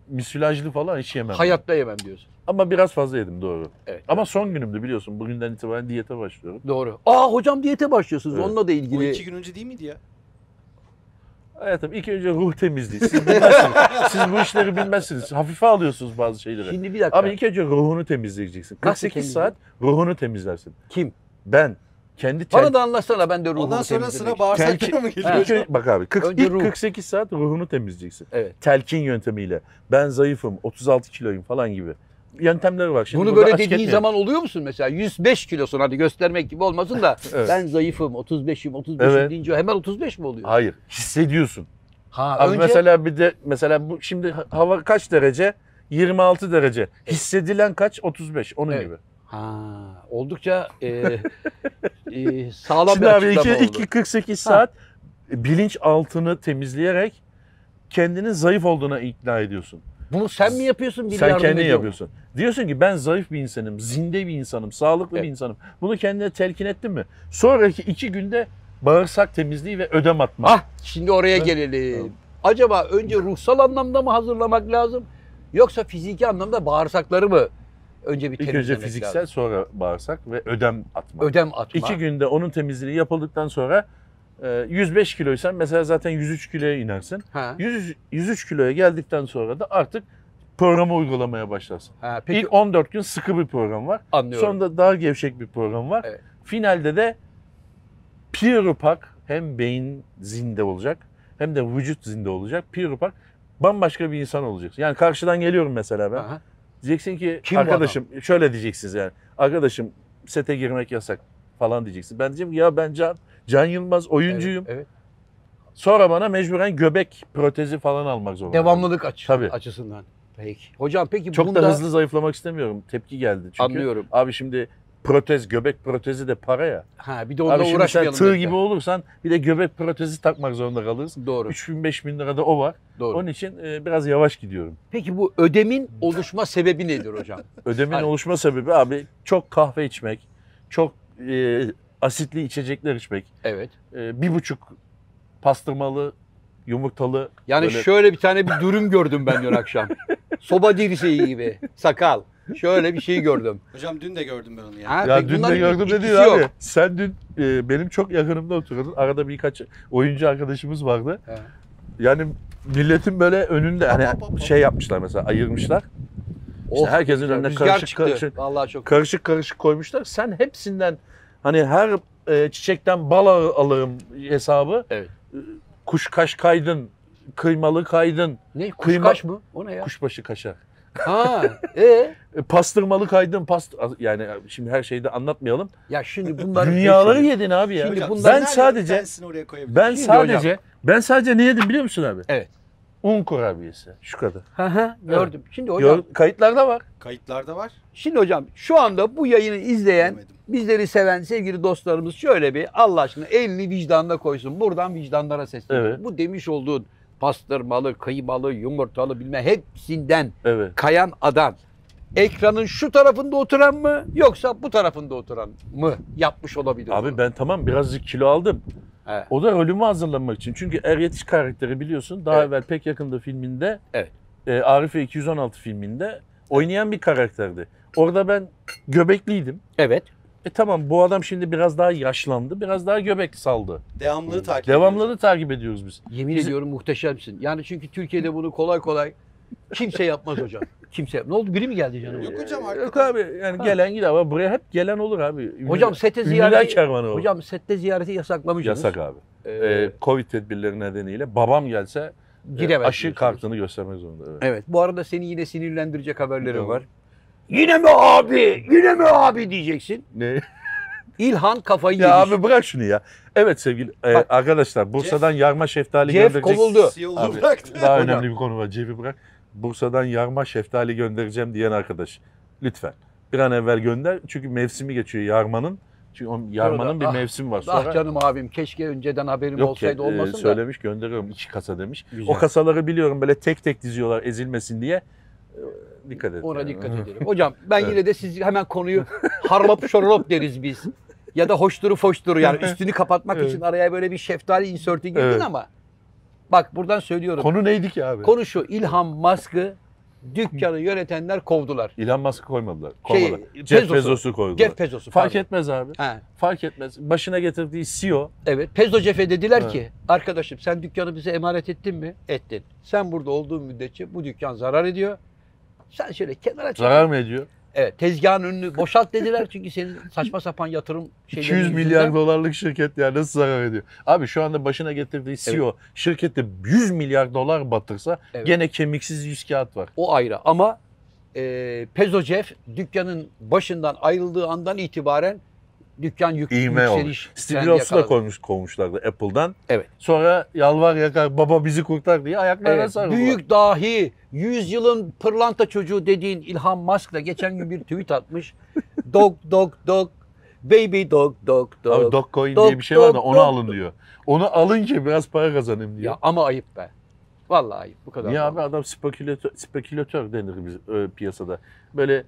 Speaker 2: misilajlı falan hiç yemem.
Speaker 1: Hayatta yemem diyorsun.
Speaker 2: Ama biraz fazla yedim doğru.
Speaker 1: Evet.
Speaker 2: Ama son günümdü biliyorsun. Bugünden itibaren diyete başlıyorum.
Speaker 1: Doğru. Aa hocam diyete başlıyorsunuz.
Speaker 2: Evet.
Speaker 1: Onunla da
Speaker 3: Bu
Speaker 1: ilgili.
Speaker 3: iki gün önce değil miydi ya?
Speaker 2: Hayatım ilk önce ruh temizliği.
Speaker 1: [LAUGHS]
Speaker 2: Siz bilmezsiniz. Siz bu işleri bilmezsiniz. Hafife alıyorsunuz bazı şeyleri.
Speaker 1: Şimdi bir dakika.
Speaker 2: Abi ilk önce ruhunu temizleyeceksin.
Speaker 1: Nasıl
Speaker 2: 48
Speaker 1: temizleyeyim?
Speaker 2: saat ruhunu temizlersin.
Speaker 1: Kim?
Speaker 2: Ben kendi tel-
Speaker 1: Bana da anlatsana ben de ruhumu
Speaker 3: Ondan sonra
Speaker 1: temizlemek
Speaker 3: sıra
Speaker 1: için.
Speaker 3: bağırsaklara mı
Speaker 2: İlk
Speaker 3: geliyor?
Speaker 2: önce- bak abi 40,
Speaker 1: Önce
Speaker 2: ilk
Speaker 1: ruh.
Speaker 2: 48 saat ruhunu temizleyeceksin.
Speaker 1: Evet.
Speaker 2: Telkin yöntemiyle. Ben zayıfım, 36 kiloyum falan gibi. Yöntemler var şimdi.
Speaker 1: Bunu
Speaker 2: burada
Speaker 1: böyle
Speaker 2: açık
Speaker 1: dediğin
Speaker 2: etmiyorum.
Speaker 1: zaman oluyor musun mesela? 105 kilosun hadi göstermek gibi olmasın da
Speaker 2: Evet.
Speaker 1: ben zayıfım 35'im 35'im
Speaker 2: Evet.
Speaker 1: deyince hemen 35 mi oluyor?
Speaker 2: Hayır, hissediyorsun.
Speaker 1: Ha,
Speaker 2: Abi
Speaker 1: önce
Speaker 2: mesela bir de mesela bu şimdi ha- hava kaç derece? 26 derece. Hissedilen kaç? 35. Onun
Speaker 1: Evet.
Speaker 2: gibi.
Speaker 1: ha, oldukça e,
Speaker 2: [LAUGHS]
Speaker 1: e, sağlam
Speaker 2: Şimdi
Speaker 1: bir
Speaker 2: abi
Speaker 1: açıklama
Speaker 2: iki-
Speaker 1: oldu.
Speaker 2: iki 48 saat bilinç altını temizleyerek kendinin zayıf olduğuna ikna ediyorsun.
Speaker 1: Bunu sen mi yapıyorsun? biri
Speaker 2: Sen
Speaker 1: yardım
Speaker 2: kendin
Speaker 1: ediyor mu?
Speaker 2: yapıyorsun. Diyorsun ki ben zayıf bir insanım, zinde bir insanım, sağlıklı
Speaker 1: Evet.
Speaker 2: bir insanım. Bunu kendine telkin ettin mi? Sonraki iki günde bağırsak temizliği ve ödem atma.
Speaker 1: Ah şimdi oraya
Speaker 2: Evet.
Speaker 1: gelelim.
Speaker 2: Tamam.
Speaker 1: Acaba önce ruhsal anlamda mı hazırlamak lazım? Yoksa fiziki anlamda bağırsakları mı önce bir
Speaker 2: İlk
Speaker 1: temizlemek
Speaker 2: önce fiziksel,
Speaker 1: lazım?
Speaker 2: sonra bağırsak ve ödem atma.
Speaker 1: Ödem atma.
Speaker 2: İki günde onun temizliği yapıldıktan sonra e, 105 kiloysan mesela zaten 103 kiloya inersin.
Speaker 1: Ha.
Speaker 2: 100, 103 kiloya geldikten sonra da artık programı uygulamaya başlarsın.
Speaker 1: ha, peki
Speaker 2: İlk 14 gün sıkı bir program var.
Speaker 1: anlıyorum.
Speaker 2: Sonunda daha gevşek bir program var.
Speaker 1: Evet.
Speaker 2: Finalde de Pirupak hem beyin zinde olacak hem de vücut zinde olacak. Pirupak bambaşka bir insan olacaksın. Yani karşıdan geliyorum mesela ben.
Speaker 1: Aha.
Speaker 2: Diyeceksin ki
Speaker 1: Kim bu
Speaker 2: arkadaşım şöyle diyeceksiniz yani. Arkadaşım sete girmek yasak falan diyeceksin. Ben diyeceğim ki, ya ben Can, Can Yılmaz oyuncuyum.
Speaker 1: Evet, evet.
Speaker 2: Sonra bana mecburen göbek protezi falan almak zorunda.
Speaker 1: Devamlılık aç-
Speaker 2: Tabii.
Speaker 1: açısından. Peki. Hocam peki
Speaker 2: Çok
Speaker 1: bunda
Speaker 2: da hızlı zayıflamak istemiyorum. Tepki geldi çünkü.
Speaker 1: anlıyorum.
Speaker 2: Abi şimdi protez, göbek protezi de para ya.
Speaker 1: Ha bir de
Speaker 2: Abi
Speaker 1: onunla
Speaker 2: şimdi sen
Speaker 1: uğraşmayalım.
Speaker 2: tığ
Speaker 1: dediler.
Speaker 2: gibi olursan bir de göbek protezi takmak zorunda kalırsın.
Speaker 1: Doğru.
Speaker 2: 3000-5000 lirada o var.
Speaker 1: Doğru.
Speaker 2: Onun için e, biraz yavaş gidiyorum.
Speaker 1: Peki bu ödemin oluşma sebebi nedir hocam?
Speaker 2: Ödemin
Speaker 1: Hayır.
Speaker 2: oluşma sebebi abi çok kahve içmek, çok e, asitli içecekler içmek,
Speaker 1: Evet.
Speaker 2: e, bir buçuk pastırmalı, yumurtalı
Speaker 1: Yani
Speaker 2: Böyle-
Speaker 1: şöyle bir tane bir dürüm gördüm ben dün akşam. Soba dirseği gibi. Sakal. Şöyle bir şey gördüm.
Speaker 3: Hocam dün de gördüm ben onu ya.
Speaker 1: Ha,
Speaker 2: Ya
Speaker 1: peki
Speaker 2: dün
Speaker 1: bunların
Speaker 2: de gördüm
Speaker 1: ikisi
Speaker 2: dedi abi.
Speaker 1: yok.
Speaker 2: Sen dün e, benim çok yakınımda oturuyordun. Arada birkaç oyuncu arkadaşımız vardı.
Speaker 1: He.
Speaker 2: Yani milletin böyle önünde
Speaker 3: Hop, hop,
Speaker 2: hani
Speaker 3: hop.
Speaker 2: şey yapmışlar mesela ayırmışlar.
Speaker 1: Of,
Speaker 2: herkesin önüne
Speaker 1: rüzgar
Speaker 2: karışık
Speaker 1: çıktı.
Speaker 2: karışık.
Speaker 1: Vallahi çok.
Speaker 2: Karışık karışık koymuşlar. Sen hepsinden hani her e, çiçekten bal al- alırım hesabı.
Speaker 1: Evet.
Speaker 2: E, Kuş kaş kaydın, kıymalı kaydın,
Speaker 1: Ne?
Speaker 2: Kıyma-
Speaker 1: Kuşkaş mı? O ne ya?
Speaker 2: kuşbaşı kaşar.
Speaker 1: Ha. E.
Speaker 2: E, pastırmalı kaydın, past yani e, şimdi her şeyi de anlatmayalım.
Speaker 1: Ya şimdi bunlar
Speaker 2: Dünyaları yedin abi ya. E,
Speaker 1: Şimdi
Speaker 3: Hocam,
Speaker 1: bunlar-
Speaker 2: ben
Speaker 3: nerede
Speaker 2: sadece
Speaker 3: Bensini oraya koyabilirim.
Speaker 2: Ben
Speaker 1: Şimdi
Speaker 2: sadece ben sadece ne yedim biliyor musun abi?
Speaker 1: Evet.
Speaker 2: Un kurabiyesi şu kadar.
Speaker 1: Hı hı, gördüm. Şimdi hocam,
Speaker 2: Gör- kayıtlarda var.
Speaker 3: Kayıtlarda var.
Speaker 1: şimdi hocam şu anda bu yayını izleyen
Speaker 3: Görmedim.
Speaker 1: Bizleri seven sevgili dostlarımız şöyle bir Allah aşkına elini vicdanına koysun. Buradan vicdanlara sesleniyorum.
Speaker 2: Evet.
Speaker 1: Bu demiş olduğun pastırmalı, kıymalı, yumurtalı bilme hepsinden
Speaker 2: Evet.
Speaker 1: kayan adam ekranın şu tarafında oturan mı yoksa bu tarafında oturan mı yapmış olabilir?
Speaker 2: Abi ben tamam birazcık kilo aldım.
Speaker 1: Evet.
Speaker 2: O da ölümü hazırlanmak için. Çünkü Er Yetiş karakteri biliyorsun daha
Speaker 1: Evet.
Speaker 2: evvel pek yakında filminde
Speaker 1: Evet.
Speaker 2: e, Arife 216 filminde oynayan bir karakterdi. Orada ben göbekliydim.
Speaker 1: Evet.
Speaker 2: E tamam bu adam şimdi biraz daha yaşlandı. Biraz daha göbek saldı.
Speaker 3: Devamlılığı takip ediyoruz.
Speaker 2: Devamları takip ediyoruz biz.
Speaker 1: Yemin
Speaker 2: Biz-
Speaker 1: ediyorum muhteşemsin. Yani çünkü Türkiye'de bunu kolay kolay kimse yapmaz hocam. Kimse yap- Ne oldu? Biri mi geldi canım?
Speaker 3: Yok hocam artık.
Speaker 2: Yok abi yani
Speaker 1: Ha.
Speaker 2: gelen gider ama buraya hep gelen olur abi. Ünlü-
Speaker 1: Hocam sete
Speaker 2: Ünlüler
Speaker 1: ziyareti
Speaker 2: kervanı olur.
Speaker 1: Hocam sette ziyareti yasaklamışsınız.
Speaker 2: Yasak abi.
Speaker 1: Ee,
Speaker 2: e, Covid tedbirleri nedeniyle babam gelse e,
Speaker 1: giremez
Speaker 2: aşı
Speaker 1: diyorsunuz.
Speaker 2: kartını göstermek zorunda. Evet.
Speaker 1: Evet. Bu arada seni yine sinirlendirecek haberlerim
Speaker 2: Tamam.
Speaker 1: var. Yine mi abi? Yine mi abi diyeceksin.
Speaker 2: Ne?
Speaker 1: İlhan kafayı
Speaker 2: Ya
Speaker 1: yemiş.
Speaker 2: abi bırak şunu ya. Evet sevgili e,
Speaker 1: Bak.
Speaker 2: arkadaşlar Bursa'dan yarma şeftali
Speaker 1: Jeff
Speaker 2: gönderecek.
Speaker 1: kovuldu. Oldu.
Speaker 3: CEO
Speaker 2: Abi.
Speaker 3: bıraktı.
Speaker 2: Daha
Speaker 1: Hocam.
Speaker 2: önemli bir konu var. Cebi bırak. Bursa'dan yarma şeftali göndereceğim diyen arkadaş. Lütfen. Bir an evvel gönder. Çünkü mevsimi geçiyor yarmanın. Çünkü o yarmanın bir
Speaker 1: ah,
Speaker 2: mevsimi var.
Speaker 1: Ah
Speaker 2: Sonra
Speaker 1: canım abim keşke önceden haberim
Speaker 2: Yok ki,
Speaker 1: olsaydı
Speaker 2: e,
Speaker 1: olmasın da.
Speaker 2: söylemiş gönderiyorum iki kasa demiş.
Speaker 1: Güzel.
Speaker 2: O kasaları biliyorum böyle tek tek diziyorlar ezilmesin diye. E, Dikkat edin.
Speaker 1: Ona
Speaker 2: Yani.
Speaker 1: dikkat edelim. Hocam ben
Speaker 2: Evet.
Speaker 1: yine de siz hemen konuyu harlop şorlop deriz biz. Ya da hoşturu foşturu
Speaker 2: [LAUGHS]
Speaker 1: yani üstünü kapatmak
Speaker 2: Evet.
Speaker 1: için araya böyle bir şeftali inserti girdin
Speaker 2: Evet.
Speaker 1: ama. Bak buradan söylüyorum. Konu,
Speaker 2: Konu neydi ki abi?
Speaker 1: şu İlhan Musk'ı dükkanı yönetenler kovdular.
Speaker 2: İlan Musk'ı koymadılar.
Speaker 1: Şey,
Speaker 2: Koymadılar. Jeff
Speaker 1: Bezos'u.
Speaker 2: Bezos'u koydular.
Speaker 1: Jeff Bezos'u.
Speaker 2: Fark
Speaker 1: pardon.
Speaker 2: etmez abi.
Speaker 1: Ha.
Speaker 2: Fark etmez. Başına getirdiği
Speaker 1: E
Speaker 2: CEO.
Speaker 1: Evet. Pezdo Cefe dediler
Speaker 2: Evet.
Speaker 1: ki arkadaşım sen dükkanı bize emanet ettin mi? Ettin. Sen burada olduğun müddetçe bu dükkan zarar ediyor. Sen şöyle kenara çek.
Speaker 2: Zarar mı ediyor?
Speaker 1: Evet. Tezgahın önünü boşalt dediler [LAUGHS] çünkü senin saçma sapan yatırım şeyleri
Speaker 2: 200
Speaker 1: yüzünden-
Speaker 2: milyar dolarlık şirket ya nasıl zarar ediyor? Abi şu anda başına getirdiği E CEO şirkette 100 milyar dolar batırsa
Speaker 1: Evet.
Speaker 2: gene kemiksiz yüz kağıt var.
Speaker 1: O ayrı ama e, Pezdo Cef dükkanın başından ayrıldığı andan itibaren dükkan yük,
Speaker 2: İğme
Speaker 1: yükseliş.
Speaker 2: olmuş.
Speaker 1: trendi
Speaker 2: Steve Jobs'u da
Speaker 1: yakaladı.
Speaker 2: koymuş, kovmuşlardı Apple'dan.
Speaker 1: Evet.
Speaker 2: Sonra yalvar yakar baba bizi kurtar diye ayaklarına
Speaker 1: Evet,
Speaker 2: sarıldı.
Speaker 1: büyük dahi, yüzyılın pırlanta çocuğu dediğin İlhan Musk'la geçen gün bir tweet
Speaker 2: [LAUGHS]
Speaker 1: atmış. Dog dog dog, baby dog dog dog.
Speaker 2: Abi Dogecoin
Speaker 1: Dog,
Speaker 2: diye bir şey var da
Speaker 1: dog,
Speaker 2: onu
Speaker 1: dog.
Speaker 2: alın diyor. Onu alın ki biraz para kazanayım diyor.
Speaker 1: ya ama ayıp be. Vallahi ayıp bu kadar.
Speaker 2: Niye
Speaker 1: da
Speaker 2: abi
Speaker 1: olmaz.
Speaker 2: adam spekülatör, spekülatör denir biz e, piyasada. Böyle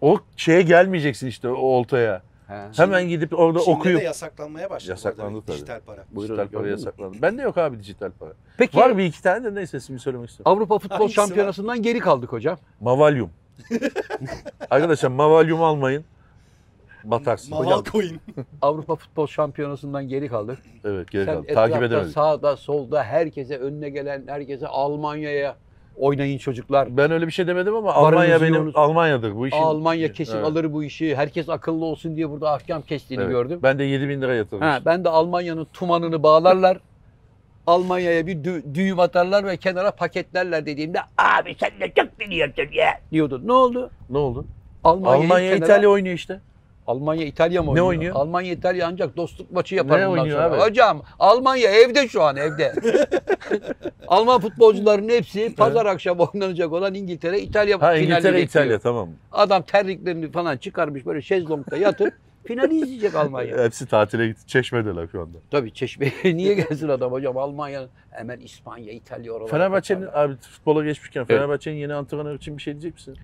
Speaker 2: o şeye gelmeyeceksin işte o oltaya.
Speaker 1: He.
Speaker 2: Hemen gidip orada
Speaker 3: Çin'de
Speaker 2: okuyup.
Speaker 3: de yasaklanmaya başladı. bu arada
Speaker 2: Yasaklandı tabii.
Speaker 3: Dijital para.
Speaker 1: Buyurun,
Speaker 2: dijital para
Speaker 1: gördün mü?
Speaker 2: yasaklandı. Bende yok abi dijital para.
Speaker 1: Peki
Speaker 2: Var bir iki tane de neyse ismini söylemek istemiyorum.
Speaker 1: Avrupa Futbol
Speaker 3: Hangisi var?
Speaker 1: Şampiyonası'ndan geri kaldık hocam. [LAUGHS]
Speaker 2: Mavalyum. Arkadaşlar mavalyum almayın. Batarsın.
Speaker 3: Maval coin.
Speaker 1: Avrupa Futbol Şampiyonası'ndan geri kaldık.
Speaker 2: Evet geri
Speaker 1: Sen
Speaker 2: kaldı. Takip
Speaker 1: etrafta,
Speaker 2: edemedik.
Speaker 1: sağda solda herkese önüne gelen herkese Almanya'ya oynayın çocuklar.
Speaker 2: Ben öyle bir şey demedim ama
Speaker 1: Varınızı
Speaker 2: Almanya benim
Speaker 1: yoğunuz-
Speaker 2: Almanya'dır bu işin.
Speaker 1: Almanya kesin
Speaker 2: Evet.
Speaker 1: alır bu işi. Herkes akıllı olsun diye burada ahkam kestiğini
Speaker 2: Evet.
Speaker 1: gördüm.
Speaker 2: Ben de 7000 bin lira yatırmıştım.
Speaker 1: Ha, ben de Almanya'nın tumanını bağlarlar. [LAUGHS] Almanya'ya bir dü- düğüm atarlar ve kenara paketlerler dediğimde abi sen de çok biliyorsun ya diyordu. Ne oldu?
Speaker 2: Ne oldu?
Speaker 1: Almanya'yı
Speaker 2: Almanya
Speaker 1: kenara
Speaker 2: İtalya oynuyor işte.
Speaker 1: Almanya İtalya mı
Speaker 2: Ne
Speaker 1: oynuyor?
Speaker 2: oynuyor?
Speaker 1: Almanya İtalya ancak dostluk maçı yapar
Speaker 2: Ne
Speaker 1: bundan
Speaker 2: oynuyor
Speaker 1: sonra.
Speaker 2: abi?
Speaker 1: Hocam Almanya evde şu an evde.
Speaker 2: [LAUGHS]
Speaker 1: Alman futbolcuların hepsi pazar akşam oynanacak olan İngiltere İtalya
Speaker 2: Ha
Speaker 1: finali
Speaker 2: İngiltere
Speaker 1: bekliyor.
Speaker 2: İtalya tamam.
Speaker 1: Adam terliklerini falan çıkarmış böyle şezlongda
Speaker 2: [LAUGHS]
Speaker 1: yatıp finali izleyecek Almanya.
Speaker 2: Hepsi tatile gitti. Çeşmedeler şu anda.
Speaker 1: Tabii Çeşme'ye [LAUGHS] niye gelsin adam hocam Almanya hemen İspanya İtalya oralara.
Speaker 2: Fenerbahçe'nin
Speaker 1: kaçarlar.
Speaker 2: abi futbola geçmişken Fenerbahçe'nin yeni antrenörü için bir şey diyecek misin?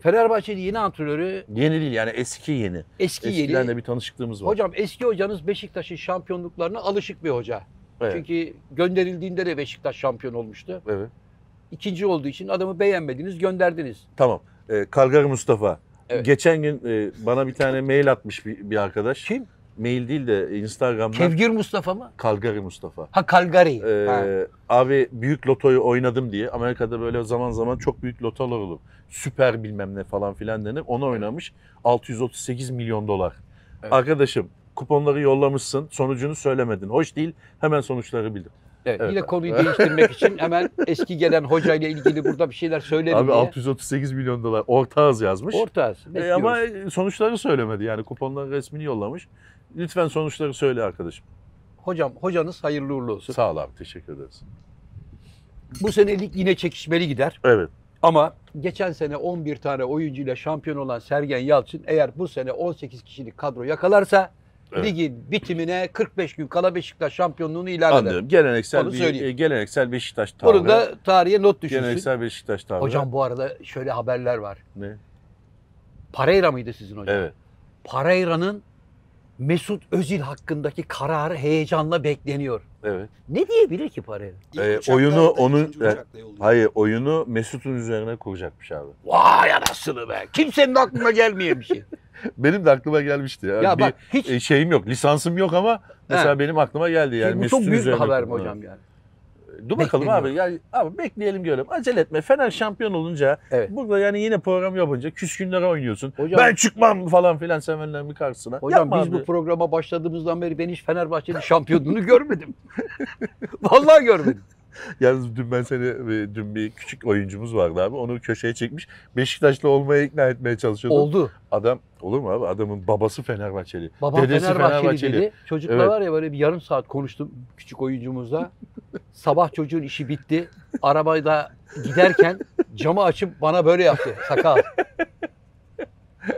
Speaker 1: Fenerbahçe'nin yeni antrenörü
Speaker 2: Yeni değil yani eski yeni.
Speaker 1: eski
Speaker 2: Eskiden
Speaker 1: yeni.
Speaker 2: de bir tanışıklığımız var.
Speaker 1: Hocam eski hocanız Beşiktaş'ın şampiyonluklarına alışık bir hoca.
Speaker 2: evet.
Speaker 1: Çünkü gönderildiğinde de Beşiktaş şampiyon olmuştu.
Speaker 2: evet.
Speaker 1: İkinci olduğu için adamı beğenmediniz, gönderdiniz.
Speaker 2: Tamam. Ee, Kalgar Mustafa.
Speaker 1: Evet.
Speaker 2: Geçen gün e, bana bir tane mail atmış bir, bir arkadaş.
Speaker 1: Kim?
Speaker 2: Mail değil de Instagram'dan.
Speaker 1: Kevgir Mustafa mı?
Speaker 2: Kalgari Mustafa.
Speaker 1: Ha Kalgari.
Speaker 2: Ee,
Speaker 1: Ha.
Speaker 2: Abi büyük lotoyu oynadım diye Amerika'da böyle zaman zaman çok büyük lotolar olur. Süper bilmem ne falan filan denir. Onu oynamış 638 milyon dolar.
Speaker 1: Evet.
Speaker 2: Arkadaşım kuponları yollamışsın sonucunu söylemedin. Hoş değil hemen sonuçları bildir.
Speaker 1: Evet,
Speaker 2: evet.
Speaker 1: Yine konuyu değiştirmek için hemen eski gelen hocayla ilgili burada bir şeyler söylerim
Speaker 2: Abi
Speaker 1: diye.
Speaker 2: 638 milyon dolar orta az yazmış.
Speaker 1: Ortağız.
Speaker 2: E,
Speaker 1: bekliyoruz.
Speaker 2: ama sonuçları söylemedi yani kuponların resmini yollamış. Lütfen sonuçları söyle arkadaşım.
Speaker 1: Hocam, hocanız hayırlı uğurlu olsun.
Speaker 2: Sağ ol abi teşekkür ederiz.
Speaker 1: Bu senelik yine çekişmeli gider.
Speaker 2: Evet.
Speaker 1: Ama geçen sene 11 tane oyuncuyla şampiyon olan Sergen Yalçın eğer bu sene 18 kişilik kadro yakalarsa
Speaker 2: Evet.
Speaker 1: ligin bitimine 45 gün kala Beşiktaş şampiyonluğunu ilan eder.
Speaker 2: Anlıyorum. Geleneksel
Speaker 1: Onu
Speaker 2: bir,
Speaker 1: söyleyeyim.
Speaker 2: e, geleneksel Beşiktaş tavrı.
Speaker 1: Bunu da tarihe not düşünsün.
Speaker 2: Geleneksel Beşiktaş tavrı.
Speaker 1: Hocam bu arada şöyle haberler var.
Speaker 2: Ne?
Speaker 1: Parayra mıydı sizin hocam?
Speaker 2: Evet.
Speaker 1: Pareyra'nın Mesut Özil hakkındaki kararı heyecanla bekleniyor.
Speaker 2: Evet.
Speaker 1: Ne diyebilir ki Pareyra?
Speaker 3: İlk
Speaker 2: Ee,
Speaker 3: uçakla
Speaker 2: oyunu
Speaker 3: da
Speaker 2: onun-
Speaker 3: ikinci uçakla yolluyor.
Speaker 2: Hayır oyunu Mesut'un üzerine kuracakmış abi.
Speaker 1: Vay anasını be. Kimsenin aklına gelmeyen bir şey.
Speaker 2: Benim de aklıma gelmişti. Ya,
Speaker 1: ya
Speaker 2: bir
Speaker 1: bak hiç
Speaker 2: e, şeyim yok. Lisansım yok ama mesela
Speaker 1: He.
Speaker 2: benim aklıma geldi yani.
Speaker 1: bu çok
Speaker 2: Mesut'un
Speaker 1: büyük bir
Speaker 2: üzerine
Speaker 1: haber mi
Speaker 2: kurma.
Speaker 1: hocam yani?
Speaker 2: Dur bakalım
Speaker 1: Bekleniyor.
Speaker 2: abi. Yani, abi bekleyelim görelim. Acele etme. Fener şampiyon olunca
Speaker 1: Evet.
Speaker 2: burada yani yine program yapınca küskünlere oynuyorsun.
Speaker 1: Hocam-
Speaker 2: ben çıkmam falan filan sevenlerin karşısına.
Speaker 1: Hocam
Speaker 2: Yapma
Speaker 1: biz
Speaker 2: abi.
Speaker 1: bu programa başladığımızdan beri ben hiç Fenerbahçe'nin şampiyonluğunu görmedim. [LAUGHS] Vallahi görmedim.
Speaker 2: Yalnız dün ben seni e, dün bir küçük oyuncumuz vardı abi. Onu köşeye çekmiş. Beşiktaşlı olmaya ikna etmeye çalışıyordum.
Speaker 1: Oldu.
Speaker 2: Adam olur mu abi? Adamın babası Fenerbahçeli.
Speaker 1: Babam
Speaker 2: Dedesi
Speaker 1: Fenerbahçeli,
Speaker 2: Fenerbahçeli.
Speaker 1: dedi. Çocukla
Speaker 2: Evet.
Speaker 1: var ya böyle bir yarım saat konuştum küçük oyuncumuzla. Sabah çocuğun işi bitti. Arabayla giderken camı açıp bana böyle yaptı. Sakal.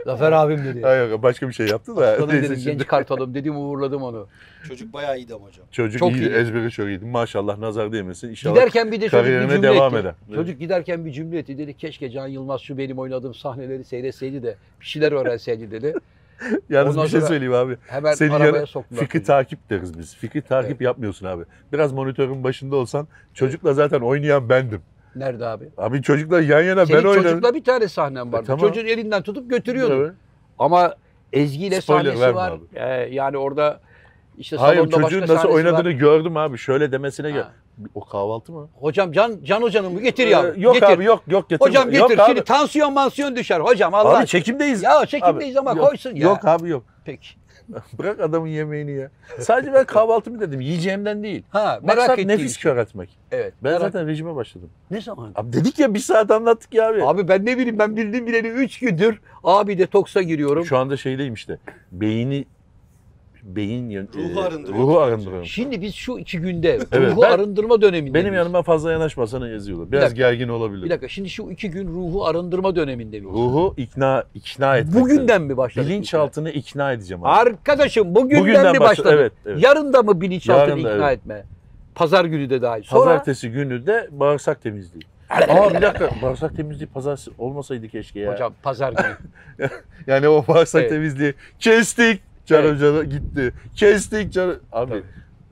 Speaker 1: Zafer abim dedi.
Speaker 2: Hayır başka bir şey yaptı da.
Speaker 1: Aslanım
Speaker 2: neyse
Speaker 1: dedim
Speaker 2: şimdi.
Speaker 1: genç kartalım dedim uğurladım onu.
Speaker 3: Çocuk bayağı iyiydi ama hocam.
Speaker 2: Çocuk
Speaker 1: Çok
Speaker 2: iyiydi.
Speaker 1: iyi.
Speaker 2: Ezberi çok iyiydi. Maşallah nazar değmesin. İnşallah.
Speaker 1: Giderken bir de çocuk bir
Speaker 2: kariyerine
Speaker 1: cümle
Speaker 2: devam
Speaker 1: etti.
Speaker 2: eder.
Speaker 1: Çocuk giderken bir cümle etti dedi keşke Can Yılmaz şu benim oynadığım sahneleri seyretseydi de bir şeyler öğrenseydi dedi.
Speaker 2: Yalnız
Speaker 1: Ondan
Speaker 2: bir şey
Speaker 1: sonra-
Speaker 2: söyleyeyim abi.
Speaker 1: Hemen
Speaker 2: Seni
Speaker 1: arabaya
Speaker 2: yarın
Speaker 1: soktular.
Speaker 2: Fikri
Speaker 1: çocuğu.
Speaker 2: takip deriz biz. Fikri takip
Speaker 1: Evet.
Speaker 2: yapmıyorsun abi. Biraz monitörün başında olsan çocukla zaten oynayan bendim.
Speaker 1: Nerede abi?
Speaker 2: Abi çocukla yan yana
Speaker 1: Senin
Speaker 2: ben oynadım. E,
Speaker 1: çocukla bir tane sahnen vardı.
Speaker 2: tamam.
Speaker 1: Çocuğun elinden tutup götürüyordun.
Speaker 2: Evet.
Speaker 1: Ama Ezgi ile
Speaker 2: Spoiler
Speaker 1: sahnesi
Speaker 2: verme
Speaker 1: var.
Speaker 2: abi.
Speaker 1: Ee, yani orada işte
Speaker 2: Hayır
Speaker 1: salonda
Speaker 2: çocuğun
Speaker 1: başka
Speaker 2: nasıl
Speaker 1: sahnesi
Speaker 2: oynadığını
Speaker 1: var.
Speaker 2: gördüm abi. Şöyle demesine gel.
Speaker 1: Ha.
Speaker 2: O kahvaltı mı?
Speaker 1: Hocam Can Can hocanın mı getir ya?
Speaker 2: Ee, yok
Speaker 1: getir.
Speaker 2: abi yok yok getir.
Speaker 1: Hocam
Speaker 2: Yok
Speaker 1: getir.
Speaker 2: abi.
Speaker 1: Şimdi tansiyon mansiyon düşer hocam Allah.
Speaker 2: Abi
Speaker 1: aşkına.
Speaker 2: çekimdeyiz.
Speaker 1: ya çekimdeyiz ama
Speaker 2: yok,
Speaker 1: koysun ya.
Speaker 2: Yok abi yok. [LAUGHS]
Speaker 1: Peki.
Speaker 2: Bırak adamın yemeğini ya. Sadece ben kahvaltımı dedim. Yiyeceğimden değil.
Speaker 1: Ha merak
Speaker 2: Maksat
Speaker 1: ettiğim
Speaker 2: nefis
Speaker 1: şey.
Speaker 2: kör etmek.
Speaker 1: Evet.
Speaker 2: Ben
Speaker 1: merak-
Speaker 2: zaten rejime başladım.
Speaker 1: ne zaman?
Speaker 2: Abi dedik ya bir saat anlattık ya abi.
Speaker 1: Abi ben ne bileyim ben bildiğim bileli 3 gündür abi detoksa giriyorum.
Speaker 2: Şu anda şeydeyim işte. Beyni beyin yön-
Speaker 3: Ruhu
Speaker 2: e,
Speaker 3: arındırıyor.
Speaker 2: Ruhu arındırıyorum.
Speaker 1: Şimdi biz şu iki günde
Speaker 2: Evet,
Speaker 1: ruhu
Speaker 2: ben-
Speaker 1: arındırma dönemindeyiz.
Speaker 2: Benim yanıma fazla yanaşmasana eziyorlar. Biraz
Speaker 1: dakika.
Speaker 2: gergin
Speaker 1: bir
Speaker 2: olabilir.
Speaker 1: dakika şimdi şu iki gün ruhu arındırma döneminde miyiz?
Speaker 2: Ruhu ikna ikna etmek.
Speaker 1: Bugünden mi başladık?
Speaker 2: bilinçaltını ikna edeceğim abi.
Speaker 1: Arkadaşım bugünden, mi
Speaker 2: başla-
Speaker 1: başladık?
Speaker 2: Evet, evet.
Speaker 1: Yarın da mı bilinçaltını
Speaker 2: Yarın da,
Speaker 1: ikna etme? Pazar günü de dahil. Sonra
Speaker 2: Pazartesi günü de bağırsak
Speaker 1: [LAUGHS]
Speaker 2: temizliği. Aa bir dakika bağırsak temizliği pazartesi olmasaydı keşke ya.
Speaker 1: hocam pazar
Speaker 2: [LAUGHS]
Speaker 1: günü.
Speaker 2: Yani o bağırsak
Speaker 1: Evet.
Speaker 2: temizliği kestik. Can
Speaker 1: Evet.
Speaker 2: Hoca da gitti. Kestik Can Abi